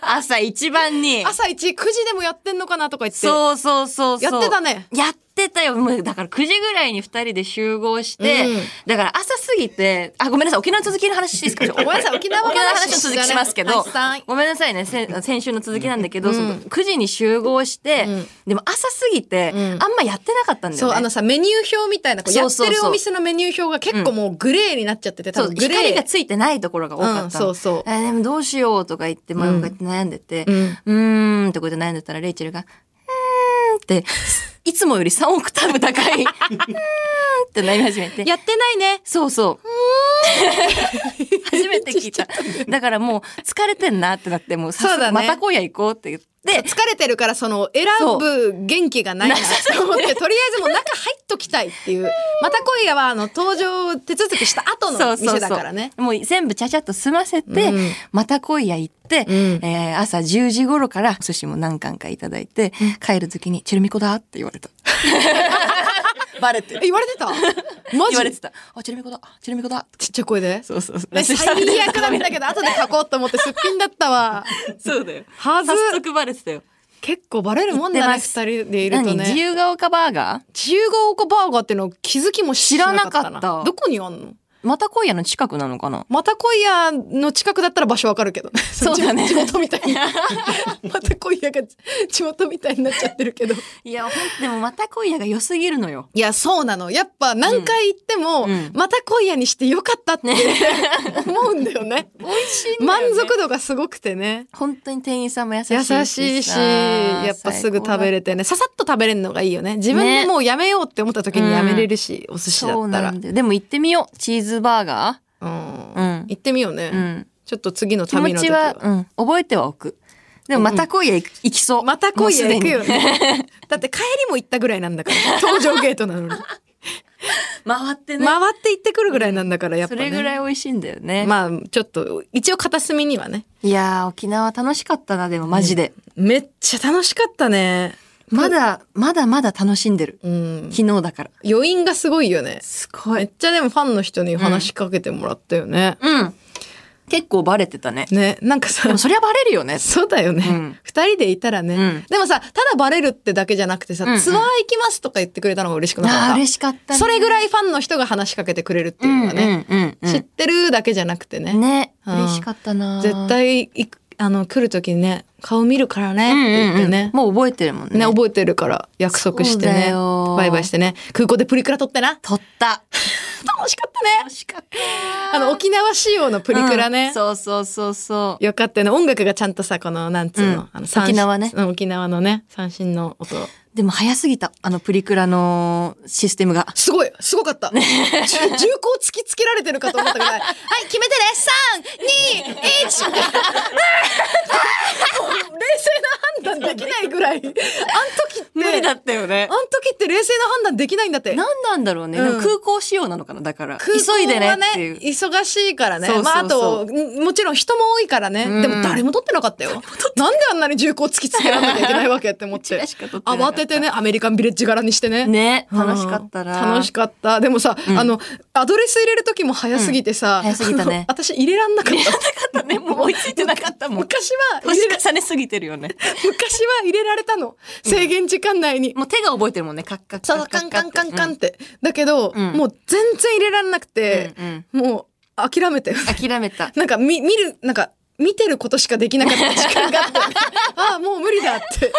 Speaker 1: 朝一番に
Speaker 2: 朝1、9時でもやってんのかなとか言って。
Speaker 1: そうそうそうそう
Speaker 2: やってた ね
Speaker 1: やってたよもうだから9時ぐらいに2人で集合して、
Speaker 2: うん
Speaker 1: だから朝過ぎてあごめんなさい沖縄の続きの話していいですかご
Speaker 2: ごめんなさい沖縄話
Speaker 1: の話の続きしますけど
Speaker 2: はいはい
Speaker 1: ごめんなさいねせん先週の続きなんだけど、その9時に集合して、
Speaker 2: ん
Speaker 1: でも朝過ぎて、
Speaker 2: ん
Speaker 1: あんまやってなかったんだよね
Speaker 2: そう、あのさ、メニュー表みたいな、こうや
Speaker 1: そ
Speaker 2: っ
Speaker 1: うそう
Speaker 2: て
Speaker 1: そう
Speaker 2: るお店のメニュー表が結構もうグレーになっちゃってて、多
Speaker 1: そう
Speaker 2: 分グレー。
Speaker 1: 光がついてないところが多かったの、
Speaker 2: うんそうそう
Speaker 1: えーでもどうしようとか言って、まあ、こうやって悩んでて、
Speaker 2: うん
Speaker 1: うーんってこうやって悩んでたらレイチェルが「うーん」って いつもより3オクターブ高 い、うーんってなり始めて。
Speaker 2: やってないね。
Speaker 1: そうそう。初めて聞 いた。だからもう疲れてんなってなって、もう早
Speaker 2: そうだ
Speaker 1: 速
Speaker 2: ね
Speaker 1: また今夜行こうって言って、
Speaker 2: 疲れてるからその選ぶ元気がないなと思ってとりあえずもう中入っときたいっていうまた今夜はあの登場手続きした後
Speaker 1: そ
Speaker 2: の
Speaker 1: うそうそ
Speaker 2: 店だからね。
Speaker 1: う。もう全部ちゃちゃっと済ませて、
Speaker 2: うん
Speaker 1: また今夜行って、
Speaker 2: うん
Speaker 1: えー朝10時頃から寿司も何巻かいただいて、帰る時にチェルミコだって言われた。 バレて
Speaker 2: え
Speaker 1: る。
Speaker 2: 言われて たマ
Speaker 1: 言われ
Speaker 2: ジ
Speaker 1: てた。あ、チェルミコだ。あチェルミコだ。
Speaker 2: ちっちゃい声で
Speaker 1: そうそうそう。
Speaker 2: ね
Speaker 1: 寿司食べて
Speaker 2: 最
Speaker 1: た
Speaker 2: 悪なんだけど後で書こうと思ってすっぴんだったわ
Speaker 1: そうだよ。
Speaker 2: はず
Speaker 1: 早速バレてたよ。
Speaker 2: 結構バレるもんだ
Speaker 1: 言
Speaker 2: ね
Speaker 1: ってます
Speaker 2: 二人でいると
Speaker 1: 何自
Speaker 2: ね
Speaker 1: 由が丘バーガー
Speaker 2: 自由が丘バーガーっていうの気づきもしなかったな
Speaker 1: 知らなかった
Speaker 2: どこにあんの
Speaker 1: また今夜の近くなのかな
Speaker 2: また今夜の近くだったら場所わかる けどね。
Speaker 1: そうだね
Speaker 2: 地元みたいに。 また今夜が地元みたいになっちゃってるけど。
Speaker 1: いや、ほんでもまた今夜が良すぎるのよ。
Speaker 2: いや、そうなの。やっぱ何回行っても、
Speaker 1: うんうん
Speaker 2: また今夜にしてよかったって思うんだよ ね。
Speaker 1: 美味しい
Speaker 2: 満足度がすごくてね。
Speaker 1: 本当に店員さんも優しい
Speaker 2: 優
Speaker 1: しさ
Speaker 2: しいし、やっぱすぐ食べれてね。ささっと食べれるのがいいよね。自分でもうやめようって思った時にやめれるし、お寿司だ
Speaker 1: そう
Speaker 2: った
Speaker 1: な
Speaker 2: ら。うん
Speaker 1: んだよ。でも行ってみよう。チーズバーガうん
Speaker 2: 行ってみようね。
Speaker 1: ー。うん。
Speaker 2: ちょっと次の
Speaker 1: 気持
Speaker 2: 旅の時
Speaker 1: ちは、うん、覚えてはおく。でもまた今夜行く行きそう。
Speaker 2: また今夜行くよ
Speaker 1: もうすでに。
Speaker 2: ね。 だって帰りも行ったぐらいなんだから。搭乗ゲートな のに。
Speaker 1: 回ってね。
Speaker 2: 回って行ってくるぐらいなんだから、やっぱ
Speaker 1: そ
Speaker 2: ね。
Speaker 1: れぐらい美味しいんだよね。
Speaker 2: まあ、ちょっと、一応片隅にはね。
Speaker 1: いやー、沖縄楽しかったな、でもマジで。
Speaker 2: めっちゃ楽しかったね。
Speaker 1: まだ、まだまだ楽しんでる。
Speaker 2: うん。
Speaker 1: 昨日だから。
Speaker 2: 余韻がすごいよね。
Speaker 1: すご
Speaker 2: め。っちゃでもファンの人に話しかけてもらったよね。
Speaker 1: うん。結構バレてたね。
Speaker 2: ね、なんか
Speaker 1: で
Speaker 2: さ
Speaker 1: も、そりゃバレるよね。
Speaker 2: そうだよ
Speaker 1: う
Speaker 2: ね
Speaker 1: ん。
Speaker 2: 二、人でいたらね、
Speaker 1: うん
Speaker 2: でもさ、ただバレるってだけじゃなくてさ、
Speaker 1: うんうん
Speaker 2: ツアー行きますとか言ってくれたのが嬉しくなかっ
Speaker 1: あ
Speaker 2: た。
Speaker 1: あ、嬉しかったね。
Speaker 2: それぐ
Speaker 1: いっ
Speaker 2: らいファンの人が話しかけてくれるっていうのはね、
Speaker 1: うんうんうん
Speaker 2: 知ってるだけじゃなくてね。
Speaker 1: うん。ね。
Speaker 2: うん
Speaker 1: 嬉しかったな。
Speaker 2: 絶対いくあの来る時にね顔見るからねって言ってね、
Speaker 1: うんうんうんもう覚えてるもんね。
Speaker 2: ね覚えてるから約束して
Speaker 1: そうだ
Speaker 2: ね
Speaker 1: よ
Speaker 2: バイバイしてね空港でプリクラ撮ってな
Speaker 1: 撮った。
Speaker 2: 楽しかったね
Speaker 1: 楽しかっ
Speaker 2: あの沖縄仕様のプリクラね、
Speaker 1: そうそうそうそう。
Speaker 2: よかったよね音楽がちゃんとさこのなんつうの,、
Speaker 1: うん
Speaker 2: あの三
Speaker 1: 沖縄ね
Speaker 2: うん沖縄のね三振の音
Speaker 1: でも早すぎた。あのプリクラのシステムが。
Speaker 2: すごいすごかった、じゅ銃口突きつけられてるかと思った ぐらいはい決めてね321冷静な判断できないぐらいあん時って
Speaker 1: 無理だったよね
Speaker 2: あ。ん時って冷静な判断できないんだって。
Speaker 1: なんなんだろうね。
Speaker 2: うん
Speaker 1: でも空港仕様なのかなだから。
Speaker 2: 空港は
Speaker 1: 急いでねっていう。
Speaker 2: 忙しいからね。
Speaker 1: そうそうそう
Speaker 2: まあ、あと、んもちろん人も多いからね。
Speaker 1: うん
Speaker 2: でも誰も撮ってなかったよ。なんであんなに銃口突きつけられなきゃいけないわけって思 って。
Speaker 1: らしか撮ってなかっ
Speaker 2: 慌
Speaker 1: た
Speaker 2: ててね、アメリカンビレッジ柄にしてね。
Speaker 1: ね。
Speaker 2: うん
Speaker 1: 楽しかったな。
Speaker 2: 楽しかった。でもさ、あの、アドレス入れる時も早すぎてさ、
Speaker 1: ん早すぎたね
Speaker 2: あの 私入れらんなか った。
Speaker 1: かったね。もう追いついてなかった もん。
Speaker 2: 昔は入れ
Speaker 1: 年
Speaker 2: ら、
Speaker 1: 重ねすぎてるよね。
Speaker 2: 昔は入れられたの。制限時間内に。
Speaker 1: もう手が覚えてるもんね。カッカッ
Speaker 2: そ
Speaker 1: カ
Speaker 2: う
Speaker 1: ッ
Speaker 2: カンカンカンカン
Speaker 1: っ
Speaker 2: って。だけど、
Speaker 1: うん
Speaker 2: もう全然入れられなくて
Speaker 1: て、うんうん
Speaker 2: もう諦めて。
Speaker 1: 諦めた。
Speaker 2: なんか見、見る、なんか、見てることしかできなか った時間があって、ああ、もう無理だって。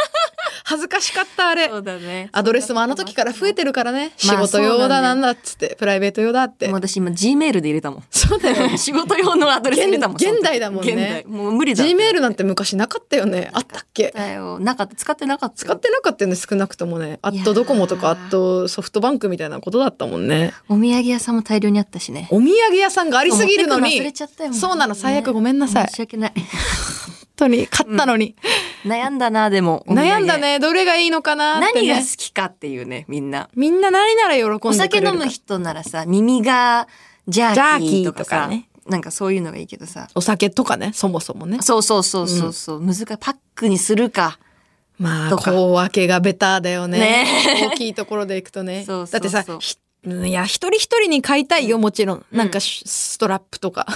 Speaker 2: 恥ずかしかった、あれ。
Speaker 1: うだね
Speaker 2: アドレスもあの時から増えてるからね。仕事
Speaker 1: そ
Speaker 2: 用
Speaker 1: う
Speaker 2: だ、
Speaker 1: だね
Speaker 2: なんだっつって、プライベート用だって
Speaker 1: もう。私今 G メールで入れたもん。
Speaker 2: そうだ よ。
Speaker 1: 仕事用のアドレス入れたもん。
Speaker 2: 現
Speaker 1: その時
Speaker 2: 現代だもんね
Speaker 1: 現代。もう無理だ。
Speaker 2: G メールなんて昔なかったよね。あったっけ
Speaker 1: だよ。なかった。使ってなかった。
Speaker 2: 使ってなかったよね、少なくともね。あ
Speaker 1: いや
Speaker 2: と
Speaker 1: ー
Speaker 2: ドコモとか、あとソフトバンクみたいなことだったもんね。
Speaker 1: お土産屋さんも大量にあったしね。
Speaker 2: お土産屋さんがありすぎるの
Speaker 1: 持ってく忘れ
Speaker 2: に
Speaker 1: ち。ゃったよ
Speaker 2: そうなの最悪ごめんなさい
Speaker 1: 申し訳ない。
Speaker 2: 本当に買ったのに、
Speaker 1: 悩んだな、でも。お土産
Speaker 2: 悩んだ。ねどれがいいのかなって、
Speaker 1: 何
Speaker 2: ね、
Speaker 1: が好きかっていうね、みんな。
Speaker 2: みんな何なら喜んでくれるか
Speaker 1: お酒飲む人ならさ、耳がジャーキーとか
Speaker 2: ジャーキーとか
Speaker 1: さ
Speaker 2: ね、
Speaker 1: なんかそういうのがいいけどさ。
Speaker 2: お酒とかねそもそもね
Speaker 1: そうそうそうそうそう、難しい。パックにするか。
Speaker 2: まあ
Speaker 1: とか
Speaker 2: 小分けがベターだよね
Speaker 1: ね
Speaker 2: 大きいところでいくとね
Speaker 1: そうそうそう
Speaker 2: だってさひいや一人一人に買いたいよもちろん、なんかしストラップとか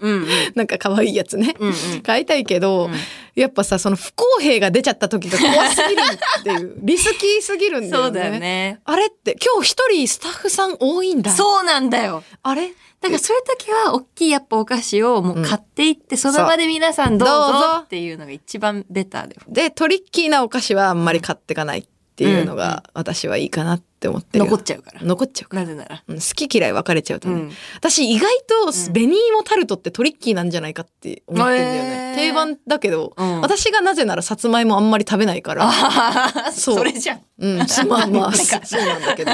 Speaker 1: うんうん。
Speaker 2: なんか可愛いやつね、
Speaker 1: うんうん
Speaker 2: 買いたいけど、やっぱさその不公平が出ちゃった時が怖すぎるっていうリスキーすぎるんだよね
Speaker 1: そうだよね。
Speaker 2: あれって今日一人スタッフさん多いんだ
Speaker 1: そうなんだよ。
Speaker 2: あれ
Speaker 1: だからそういう時は大きいやっぱお菓子をもう買っていって、その場で皆さんどうぞ
Speaker 2: どうぞ
Speaker 1: っていうのが一番ベターだよ。
Speaker 2: でトリッキーなお菓子はあんまり買ってかないっっていうのが私はいいかなって思ってるよ
Speaker 1: 残っちゃうから。
Speaker 2: 残っちゃうから、
Speaker 1: なぜなら。
Speaker 2: うん好き嫌い分かれちゃうと
Speaker 1: う
Speaker 2: ね、
Speaker 1: ん。
Speaker 2: 私意外
Speaker 1: う
Speaker 2: と
Speaker 1: ん
Speaker 2: 紅芋タルトってトリッキーなんじゃないかって思ってんだよね、
Speaker 1: へー
Speaker 2: 定番だけど、
Speaker 1: うん
Speaker 2: 私がなぜならさつまいもあんまり食べないから
Speaker 1: あ あ、
Speaker 2: そう
Speaker 1: それじゃん。
Speaker 2: うん、まあま
Speaker 1: なん
Speaker 2: あ、
Speaker 1: か
Speaker 2: そうなんだけど。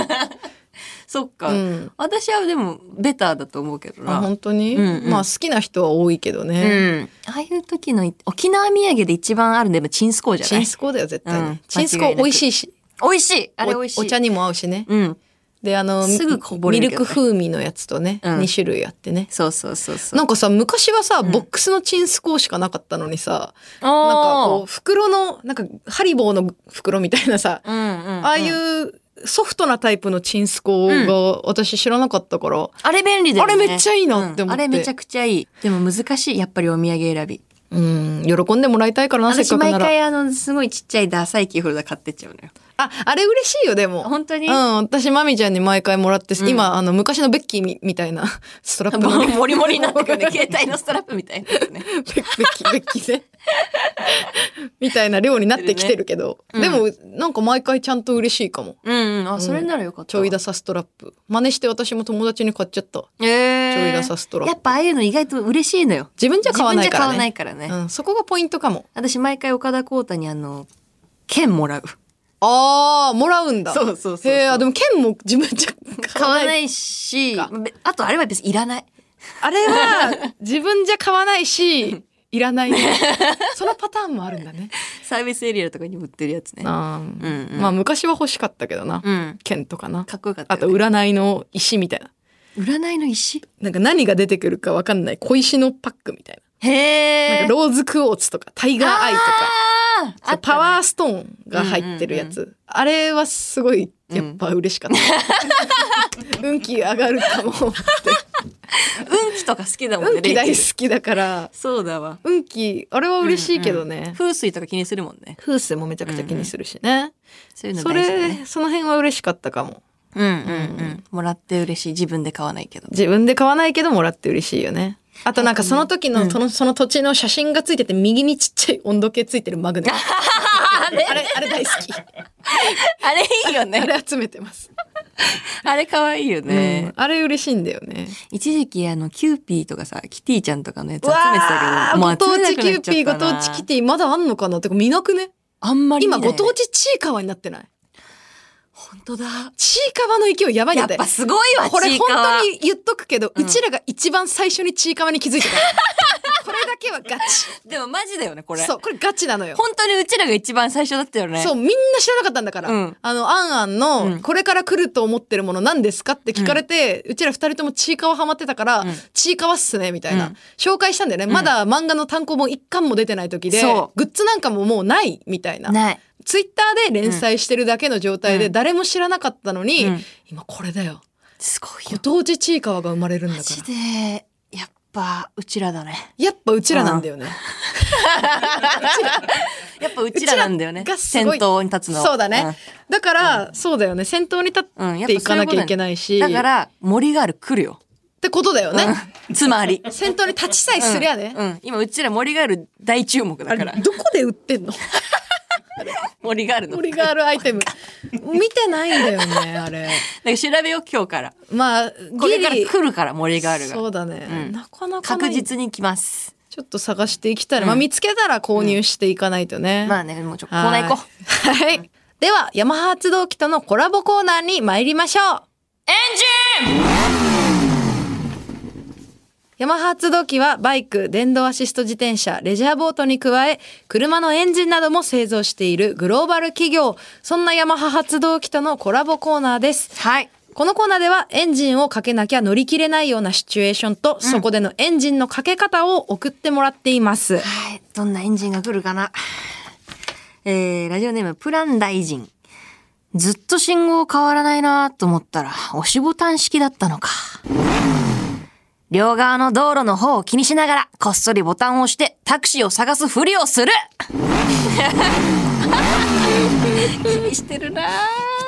Speaker 1: そっか。
Speaker 2: うん。
Speaker 1: 私はでも、ベターだと思うけど
Speaker 2: あ、
Speaker 1: な。
Speaker 2: 本当に、
Speaker 1: うんうん
Speaker 2: まあ、好きな人は多いけど
Speaker 1: う
Speaker 2: ね。
Speaker 1: ん。ああいう時のい、沖縄土産で一番あるのでもチンスコーじゃ
Speaker 2: チ
Speaker 1: な
Speaker 2: ン
Speaker 1: い
Speaker 2: スコーだよ、絶対に、
Speaker 1: うん
Speaker 2: チンスコ
Speaker 1: 間違
Speaker 2: ー
Speaker 1: いなく
Speaker 2: 美味しいし。
Speaker 1: 美味しいあれ美味しい。
Speaker 2: お茶にも合うしね。
Speaker 1: うん。
Speaker 2: で、あの、
Speaker 1: すぐこぼれ
Speaker 2: ミ
Speaker 1: る
Speaker 2: ル
Speaker 1: けどね
Speaker 2: ク風味のやつとね、
Speaker 1: うん
Speaker 2: 2種類あってね。
Speaker 1: そうそうそうそう。
Speaker 2: なんかさ、昔はさ、
Speaker 1: うん
Speaker 2: ボックスのチンスコーしかなかったのにさ、
Speaker 1: な
Speaker 2: なんかこう、袋の、なんか、ハリボーの袋みたいなさ、
Speaker 1: う、うんうんうん
Speaker 2: ああいうソフトなタイプのチンスコーが私知らなかったから、
Speaker 1: あれ便利だ
Speaker 2: あ
Speaker 1: よね。
Speaker 2: れめっち
Speaker 1: ゃ
Speaker 2: ゃいいなって思って。
Speaker 1: あれめちゃくちゃいい。でも難しい。やっぱりお土産選び。
Speaker 2: うん、喜んでもらいたいからな、せっ
Speaker 1: 私
Speaker 2: かく
Speaker 1: 毎
Speaker 2: なら。
Speaker 1: 回あの、すごいちっちゃいダサいキーホルダー買ってっちゃうのよ。
Speaker 2: あ、あれ嬉しいよ、でも。
Speaker 1: 本当
Speaker 2: う
Speaker 1: に
Speaker 2: ん、私、マミちゃんに毎回もらって、
Speaker 1: うん
Speaker 2: 今、あの、昔のベッキーみみた いな、ストラップのね、
Speaker 1: モリモリにな ってくる ね。携帯のストラップみたいなやつね。
Speaker 2: ベッベッキー、ベッキー ね。みたいな量になってきてるけど。
Speaker 1: うん
Speaker 2: でも、なんか毎回ちゃんと嬉しいかも。
Speaker 1: うんうん。あ、それならよかった。
Speaker 2: ちょいダサストラップ。真似して私も友達に買っちゃった。
Speaker 1: えー
Speaker 2: ちょいダサストラッ
Speaker 1: や
Speaker 2: プ。
Speaker 1: っぱああいうの意外と嬉しいのよ。
Speaker 2: 自分じゃ買わないから
Speaker 1: 自分
Speaker 2: ね。
Speaker 1: じゃ買わないからね。
Speaker 2: うん、そこがポイントかも。
Speaker 1: 私毎回岡田光太にあの、剣もらう。
Speaker 2: あー、もらうんだ。
Speaker 1: そうそうそうそう
Speaker 2: へーあでも剣も自分じゃ。
Speaker 1: 買わないいし
Speaker 2: か、
Speaker 1: べあとあれは別にいらない。
Speaker 2: あれは自分じゃ買わないし、いらない、ね。そのパターンもあるんだね。
Speaker 1: サービスエリアとかにも売ってるやつね。う
Speaker 2: あ
Speaker 1: んうん。
Speaker 2: まあ昔は欲しかったけどな。
Speaker 1: うん。
Speaker 2: 剣とかな。
Speaker 1: かっこよかった
Speaker 2: あ
Speaker 1: よね、
Speaker 2: と占いの石みたいな。
Speaker 1: 占いの石
Speaker 2: なんか何が出てくるかわかんない小石のパックみたい
Speaker 1: へ
Speaker 2: な。
Speaker 1: え。
Speaker 2: なんかローズクォーツとかタイガーアイとか。
Speaker 1: あー
Speaker 2: そ
Speaker 1: あ
Speaker 2: うパワ
Speaker 1: ー
Speaker 2: ーストーンが入ってるやつ、あれはすごいやっぱ嬉しかった、運気上がるかも
Speaker 1: 運気とか好きだもんね。
Speaker 2: 運気大
Speaker 1: レイ
Speaker 2: 好
Speaker 1: チェル
Speaker 2: きだから
Speaker 1: そうだわ。
Speaker 2: 運気あれは嬉しいけどね、
Speaker 1: うんうん風水とか気にするもんね。
Speaker 2: 風水もめちゃくちゃ気にするしね。
Speaker 1: そういうの
Speaker 2: そ
Speaker 1: 大事だね。
Speaker 2: れ、その辺は嬉しかったかも。
Speaker 1: うんうんう
Speaker 2: う
Speaker 1: んん。もらって嬉しい。自分で買わないけど。
Speaker 2: 自分で買わないけどもらって嬉しいよね。あとなんかその時の、
Speaker 1: うん
Speaker 2: その、その土地の写真がついてて、右にちっちゃい温度計ついてるマ グネット。あれ、あれ大好き。
Speaker 1: あれいいよ
Speaker 2: あ
Speaker 1: ね。
Speaker 2: れ集めてます。
Speaker 1: あれ可愛いよ
Speaker 2: うん
Speaker 1: ね。
Speaker 2: あれ嬉しいんだよね。
Speaker 1: 一時期あの、キューピーとかさ、キティちゃんとかのやつ集
Speaker 2: うわ
Speaker 1: めてたけど、
Speaker 2: ーご当地キューピー、ご
Speaker 1: ご
Speaker 2: 当地キティ、まだあんのかなってか見なくね
Speaker 1: あんまり見な
Speaker 2: 今、
Speaker 1: い
Speaker 2: ご当地ちいかわになってない
Speaker 1: 本当だ。
Speaker 2: ちいかわの勢いやばいん
Speaker 1: や
Speaker 2: だっ。
Speaker 1: ってぱすごいわ、
Speaker 2: これ
Speaker 1: ちい
Speaker 2: 本
Speaker 1: かわ
Speaker 2: 当に言っとくけど、う
Speaker 1: うん
Speaker 2: ちらが一番最初にちいかわに気づいてた。 これだけはガチ。
Speaker 1: でもマジだよね、これ。
Speaker 2: そう、これガチなのよ。
Speaker 1: 本当にうちらが一番最初だったよね。
Speaker 2: そう、みんな知らなかったんだから。
Speaker 1: うん
Speaker 2: あの、あんあんの、
Speaker 1: うん
Speaker 2: これから来ると思ってるもの何ですかって聞かれて、うちら二人ともちいかわハマってたから、
Speaker 1: うん
Speaker 2: ちいかわっすね、みたいな、
Speaker 1: うん
Speaker 2: 紹介したんだよね。
Speaker 1: ん
Speaker 2: まだ漫画の単行本一巻も出てない時で、
Speaker 1: そ
Speaker 2: グッズなんかももうない、みたいな。
Speaker 1: ない。
Speaker 2: ツイッターで連載してるだけの状態で、
Speaker 1: うん
Speaker 2: 誰も知らなかったのに、
Speaker 1: うん
Speaker 2: 今これだよ。
Speaker 1: すごい
Speaker 2: ご
Speaker 1: よ。
Speaker 2: 当地ちいかわが生まれるんだ
Speaker 1: マ
Speaker 2: か
Speaker 1: ジ
Speaker 2: ら。
Speaker 1: で、やっぱ、うちらだね。
Speaker 2: やっぱうちらなんだよね。
Speaker 1: やっぱうちらなんだよね。
Speaker 2: うちらがす
Speaker 1: 先
Speaker 2: ごい
Speaker 1: 頭に立つの。
Speaker 2: そうだね。だから、そうだよね。先頭に立っ
Speaker 1: うん。うん、やっぱ
Speaker 2: ていかなきゃいけない
Speaker 1: そう
Speaker 2: し。
Speaker 1: うことだねだから、森ガール来るよ。
Speaker 2: ってことだよね。
Speaker 1: うんつ まり。
Speaker 2: 先頭に立ちさえすりゃね。
Speaker 1: うん。今、うちら森ガール大注目だ
Speaker 2: あ
Speaker 1: か
Speaker 2: れ
Speaker 1: ら。
Speaker 2: どこで売ってんの
Speaker 1: 森ガールの。
Speaker 2: 森があるアイテム見てないんだよねあれ
Speaker 1: なんか調べよう、今日から。
Speaker 2: まあ
Speaker 1: こ
Speaker 2: ギ
Speaker 1: れから
Speaker 2: リ
Speaker 1: 来るから、森ガール
Speaker 2: そ
Speaker 1: が。
Speaker 2: うだね、
Speaker 1: うん
Speaker 2: なかなかな
Speaker 1: 確
Speaker 2: い
Speaker 1: 実に来ます。
Speaker 2: ちょっと探していきたい、まあ
Speaker 1: うん
Speaker 2: 見つけたら購入していかないとね、
Speaker 1: まあね、もうちょ、コ
Speaker 2: は
Speaker 1: ーナー行こう。
Speaker 2: はい、ではヤマハ発動機とのコラボコーナーに参りましょう
Speaker 1: エンジン
Speaker 2: ヤマハ発動機はバイク、電動アシスト自転車、レジャーボートに加え、車のエンジンなども製造しているグローバル企業。そんなヤマハ発動機とのコラボコーナーです。
Speaker 1: はい。
Speaker 2: このコーナーではエンジンをかけなきゃ乗り切れないようなシチュエーションと、そこでのエンジンのかけ方を送ってもらっています。
Speaker 1: はい。どんなエンジンが来るかな。えー、ラジオネーム、プラン大臣。ずっと信号変わらないなと思ったら、押しボタン式だったのか。両側の道路の方を気にしながら、こっそりボタンを押して、タクシーを探すふりをする 気にしてるな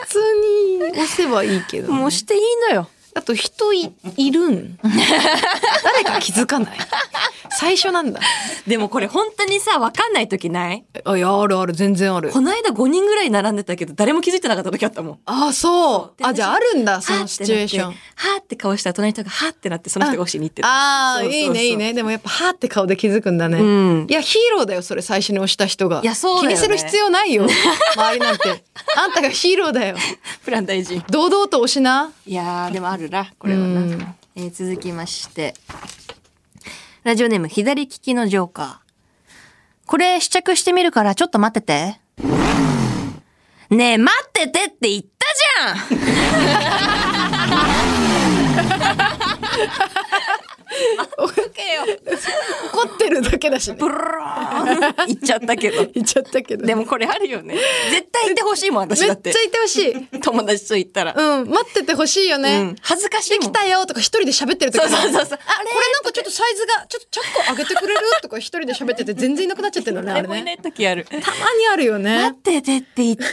Speaker 2: 普通に押せばいいけど、
Speaker 1: もうしていいのよ。
Speaker 2: あと人いいるん。誰か気づかない。最初なんだ。
Speaker 1: でもこれ本当にさ、わかんない時ない
Speaker 2: あ、いや、あるある、全然ある
Speaker 1: こ。の間5人ぐらい並んでたけど、誰も気づいてなかった時あったもん。
Speaker 2: あ、そう。
Speaker 1: で
Speaker 2: あ、じゃああるんだ、そ
Speaker 1: は
Speaker 2: の
Speaker 1: っ
Speaker 2: シ
Speaker 1: て
Speaker 2: チュ
Speaker 1: なっ
Speaker 2: エ
Speaker 1: て
Speaker 2: ーション。
Speaker 1: はーって顔したら隣の人がはーってなって、その人が押しに行ってた。
Speaker 2: ああ、
Speaker 1: そうそうそう
Speaker 2: いいね、いいね。でもやっぱ、はーって顔で気づくんだね。
Speaker 1: うん
Speaker 2: いや、ヒーローだよ、それ、最初に押した人が。
Speaker 1: いやそうだよね
Speaker 2: 気にする必要ないよ。周りなんて。あんたがヒーローだよ。
Speaker 1: プラン大臣。
Speaker 2: 堂々と押しな。
Speaker 1: いやー、でもあるな、これはな。
Speaker 2: うん
Speaker 1: えー続きまして。ラジオネーム、左利きのジョーカー。これ試着してみるから、ちょっと待ってて。ねえ、待っててって言った じ
Speaker 2: 怒ってるだけだしね。
Speaker 1: ゃ ん言っちゃったけど。
Speaker 2: 言っちゃったけど。
Speaker 1: でもこれあるよね。絶対いてほしいもん、私
Speaker 2: め
Speaker 1: だ
Speaker 2: っ
Speaker 1: って
Speaker 2: ちゃ。いてほしい。う
Speaker 1: 友達と行ったら。
Speaker 2: ん、待っててほしいよ
Speaker 1: う
Speaker 2: ね
Speaker 1: ん。恥ずかしいもん
Speaker 2: 来。たよとか一人で喋ってる時
Speaker 1: そうそうそうそう。あれ
Speaker 2: これなんかちょっとサイズがちょっとチャック上げてくれるとか一人で喋ってて全然いなくなっちゃってるのねあ
Speaker 1: 誰
Speaker 2: れ
Speaker 1: もいな
Speaker 2: ね
Speaker 1: い時ある。
Speaker 2: たまにあるよね
Speaker 1: 待っててって言ったじ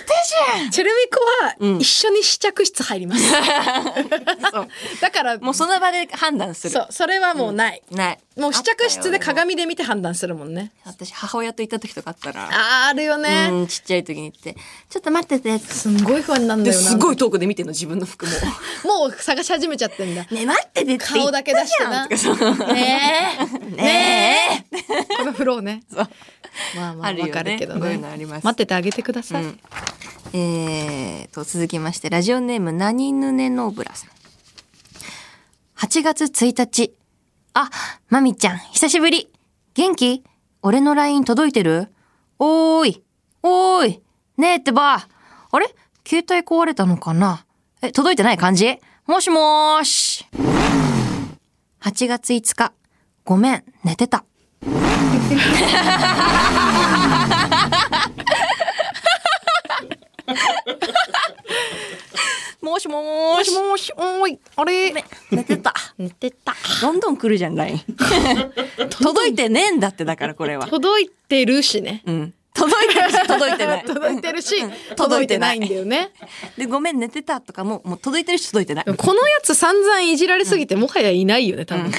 Speaker 2: チェルミコ
Speaker 1: うん
Speaker 2: は一緒に試着室入ります
Speaker 1: ゃん。 そう。
Speaker 2: だから
Speaker 1: もうその場で判断する。
Speaker 2: そうそれはもうない、
Speaker 1: ない。
Speaker 2: もう試着室で
Speaker 1: あったよ。
Speaker 2: 鏡で見て判断するもんね
Speaker 1: 私、母親と行った時とかあったら。
Speaker 2: あーあるよね、
Speaker 1: うん、ちっちゃい時に行って、ちょっと待っててって。
Speaker 2: すんごい不安なんだ
Speaker 1: で、
Speaker 2: よな
Speaker 1: すごい遠くで見てんの、自分の服も。
Speaker 2: もう探し始めちゃってんだ
Speaker 1: ね、待っててって言っ
Speaker 2: 顔
Speaker 1: た
Speaker 2: だ
Speaker 1: じ
Speaker 2: け出して
Speaker 1: ゃん
Speaker 2: な
Speaker 1: とかそう
Speaker 2: ね え
Speaker 1: ねえ。
Speaker 2: このフローね
Speaker 1: そう
Speaker 2: まあま
Speaker 1: あ
Speaker 2: あ
Speaker 1: るよ
Speaker 2: わ
Speaker 1: ね
Speaker 2: かるけどね
Speaker 1: こういうのあります
Speaker 2: 待っててあげてください、
Speaker 1: うんえー、と続きましてラジオネーム何ぬねのぶらさん8月1日あまみちゃん久しぶり元気俺の LINE 届いてるおーいおーいねえってばあれ携帯壊れたのかなえ届いてない感じもしもーし8月5日ごめん寝て たもしもー
Speaker 2: もしもしおーいあれ
Speaker 1: 寝てた
Speaker 2: 寝てた
Speaker 1: どんどん来るじゃん、LINE。届いてねえんだって、だからこれは。
Speaker 2: 届いてるしね
Speaker 1: うん。届いてるし、届いてない。
Speaker 2: 届いてる し
Speaker 1: 届
Speaker 2: 届
Speaker 1: い
Speaker 2: い
Speaker 1: て
Speaker 2: て
Speaker 1: な
Speaker 2: ないいんだよね
Speaker 1: で、ごめん、寝てたとかも、もう届いてるし、届いてない
Speaker 2: で。もこのやつ散々いじられすぎてもはやいないよね多分、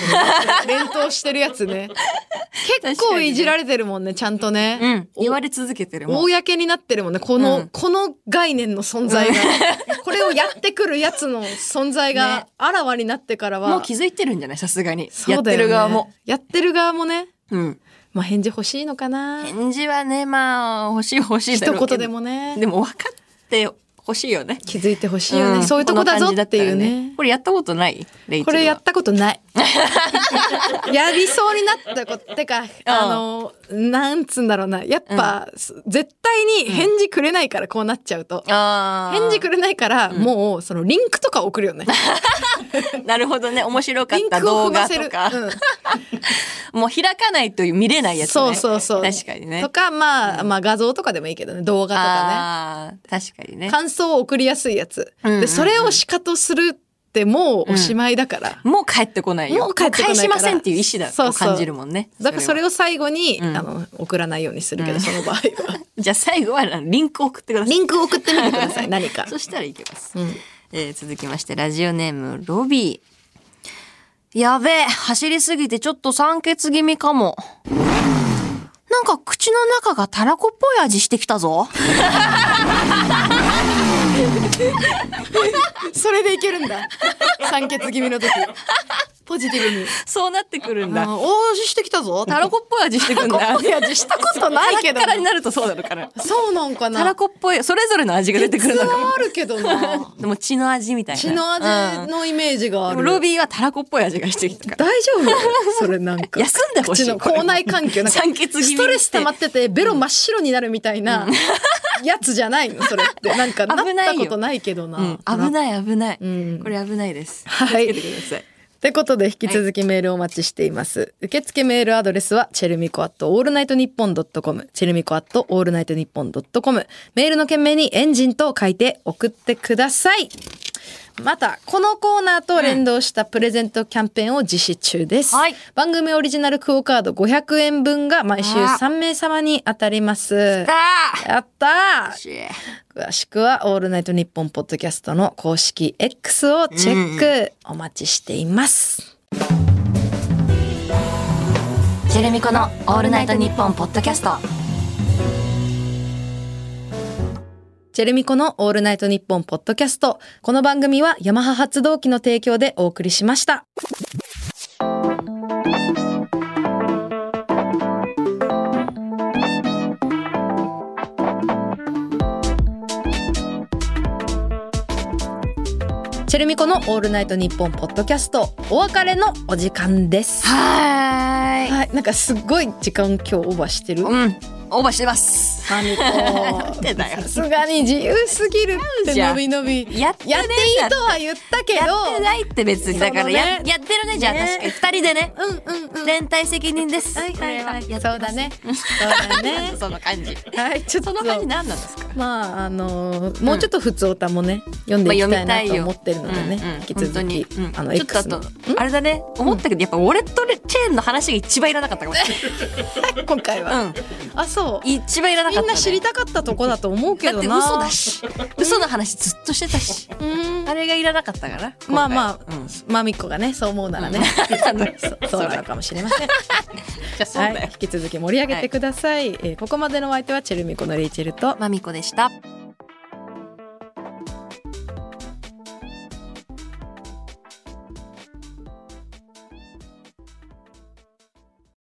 Speaker 2: 連投してるや つね結
Speaker 1: 確かに
Speaker 2: 構
Speaker 1: ね
Speaker 2: いじられてるもんねちゃんとね、
Speaker 1: うん。言われ続けてるもん。
Speaker 2: 公になってるもんねこの、
Speaker 1: うん
Speaker 2: この概念の存在 が、これをやってくるやつの存在
Speaker 1: ね
Speaker 2: があらわになってからは
Speaker 1: もう気づいてるんじゃないさすがに。
Speaker 2: そ
Speaker 1: やっ
Speaker 2: うだ
Speaker 1: て
Speaker 2: よね
Speaker 1: る側も。
Speaker 2: やってる側もね
Speaker 1: うん。
Speaker 2: まあ返事欲しいのかな
Speaker 1: 返事はね、まあ、欲しい欲しいだろ
Speaker 2: 一
Speaker 1: うけど
Speaker 2: 言で。もね
Speaker 1: でも、分かって欲しいよね。
Speaker 2: 気づいてほしいよね、
Speaker 1: ん
Speaker 2: そういうとこだぞってい
Speaker 1: こ
Speaker 2: う
Speaker 1: んな感じだったら
Speaker 2: ね
Speaker 1: これやったことないレイチェルは
Speaker 2: これやったこ とない。やりそうになったことてか、あの、なんつうんだろうな。やっぱ、す絶対に返事くれないから、こうなっちゃうと。
Speaker 1: あー
Speaker 2: 返事くれないから、もう、その、リンクとか送るよね。
Speaker 1: なるほどね。面白かっ
Speaker 2: リン
Speaker 1: た
Speaker 2: クを
Speaker 1: 動
Speaker 2: 踏ま
Speaker 1: 画
Speaker 2: せる。
Speaker 1: とか。
Speaker 2: うん
Speaker 1: もう開かないと見れないやつね。
Speaker 2: そうそうそう。
Speaker 1: 確かにね。
Speaker 2: とか、まあ、まあ、画像とかでもいいけどね。動画とか
Speaker 1: ああー確かにね
Speaker 2: ね。。感想を送りやすいやつ。
Speaker 1: うんうんうん
Speaker 2: で、それを仕方するって、もうおしまいだから。
Speaker 1: もう帰ってこないよ。
Speaker 2: もう帰ってこないから
Speaker 1: 返しませんっていう意思だ
Speaker 2: そう
Speaker 1: と
Speaker 2: そう
Speaker 1: 感じるもんね。
Speaker 2: だからそれ
Speaker 1: を。
Speaker 2: を最後に、
Speaker 1: うん
Speaker 2: あの送らないようにするけど、
Speaker 1: うん
Speaker 2: その場合は
Speaker 1: じゃあ最後は リンクを送ってください。
Speaker 2: リンクを送ってみてくださ い何か
Speaker 1: そしたらいけます。
Speaker 2: うん
Speaker 1: えー続きまして、ラジオネーム、ロビー。やべえ、走りすぎてちょっと酸欠気味かも。なんか口の中がたらこっぽい味してきたぞ。
Speaker 2: それでいけるんだ酸欠気味の時ポジティブに
Speaker 1: そうなってくるんだ。
Speaker 2: あー大味してきたぞ
Speaker 1: たらこっぽい味してくんだ。
Speaker 2: いやしたことないけど
Speaker 1: カラッカラになるとそうなるから。
Speaker 2: そうなんかな
Speaker 1: たらこっぽい、それぞれの味が出てくるの
Speaker 2: 普通
Speaker 1: かも
Speaker 2: はあるけどな
Speaker 1: でも血の味みたいな。
Speaker 2: 血の味のイメージがあ
Speaker 1: うん。で
Speaker 2: る
Speaker 1: もロビーはたらこっぽい味がしてきたから。
Speaker 2: 大丈夫 それなんか
Speaker 1: 休んでほしい
Speaker 2: 口の
Speaker 1: これ
Speaker 2: 口内環境なんか
Speaker 1: 酸欠気味
Speaker 2: ストレス溜まっててベロ真っ白になるみたいなやつじゃないのそれってなんかなっ
Speaker 1: 危ない
Speaker 2: た
Speaker 1: よ
Speaker 2: ことないけどな、
Speaker 1: うん、危ない危ない、
Speaker 2: うん
Speaker 1: これ危ないです。
Speaker 2: はい
Speaker 1: 気をつけてください。
Speaker 2: ってことで引き続きメールをお待ちしています、受付メールアドレスはチェルミコアットオールナイトニッポンドットコムチェルミコアットオールナイトニッポンドットコムメールの件名にエンジンと書いて送ってくださいまたこのコーナーと連動したプレゼントキャンペーンを実施中です、
Speaker 1: はい
Speaker 2: 番組オリジナルクオカード500円分が毎週
Speaker 1: あー
Speaker 2: 3名様に当たりますやったー
Speaker 1: ー
Speaker 2: 詳しくは「オールナイトニッポン」ポッドキャストの公式 X をチェックお待ちしています。
Speaker 1: ジェルミコのオールナイトニッポンポッドキャスト
Speaker 2: ジェルミコのオールナイトニッポンポッドキャスト。この番組はヤマハ発動機の提供でお送りしました。チェルミコのオールナイトニッポンポッドキャストお別れのお時間です。
Speaker 1: はーい
Speaker 2: はい、なんかすごい時間今日オーバーしてる。
Speaker 1: うんオーバーしてます
Speaker 2: マミコ
Speaker 1: んでだよ
Speaker 2: さすがに自由すぎるって
Speaker 1: じゃん
Speaker 2: のびのび
Speaker 1: やってね
Speaker 2: やっていいとは言ったけど
Speaker 1: やってないって別にだからや,、
Speaker 2: そのね
Speaker 1: やってるねじゃあ、確
Speaker 2: ね
Speaker 1: かに二人でね
Speaker 2: うんうんうん
Speaker 1: 連帯責任です
Speaker 2: はいはいはい
Speaker 1: これやってます
Speaker 2: そうだ ねそうだね
Speaker 1: その感じ
Speaker 2: はいちょっ
Speaker 1: そ
Speaker 2: と
Speaker 1: の感じ何なんですか
Speaker 2: まああのーもうちょっと普通歌もね、読んでいきたいなと思ってるのでね、
Speaker 1: うんうん
Speaker 2: 引き続き、
Speaker 1: 本当にうん
Speaker 2: あの
Speaker 1: ちょっとあ
Speaker 2: X
Speaker 1: と
Speaker 2: の
Speaker 1: あれだね思ったけどやっぱウォレットチェーンの話が一番いらなかったかもしれ
Speaker 2: 今回 は、
Speaker 1: ない、
Speaker 2: あそう
Speaker 1: うん、一番いらなかった、
Speaker 2: み
Speaker 1: ね、
Speaker 2: んな知りたかったとこだと思うけ
Speaker 1: だっ
Speaker 2: ど
Speaker 1: て
Speaker 2: な
Speaker 1: 嘘だし嘘の話ずっとしてたし
Speaker 2: うん
Speaker 1: あれがいらなかったから
Speaker 2: まあまあ
Speaker 1: 今回うんじ
Speaker 2: まみっこがねそう思うならね、 そうそうなのかもしれません
Speaker 1: ゃあそう だよ、
Speaker 2: はい、引き続き盛り上げてください、えーここまでのお相手はチェルミコのレイチェルと
Speaker 1: まみこでした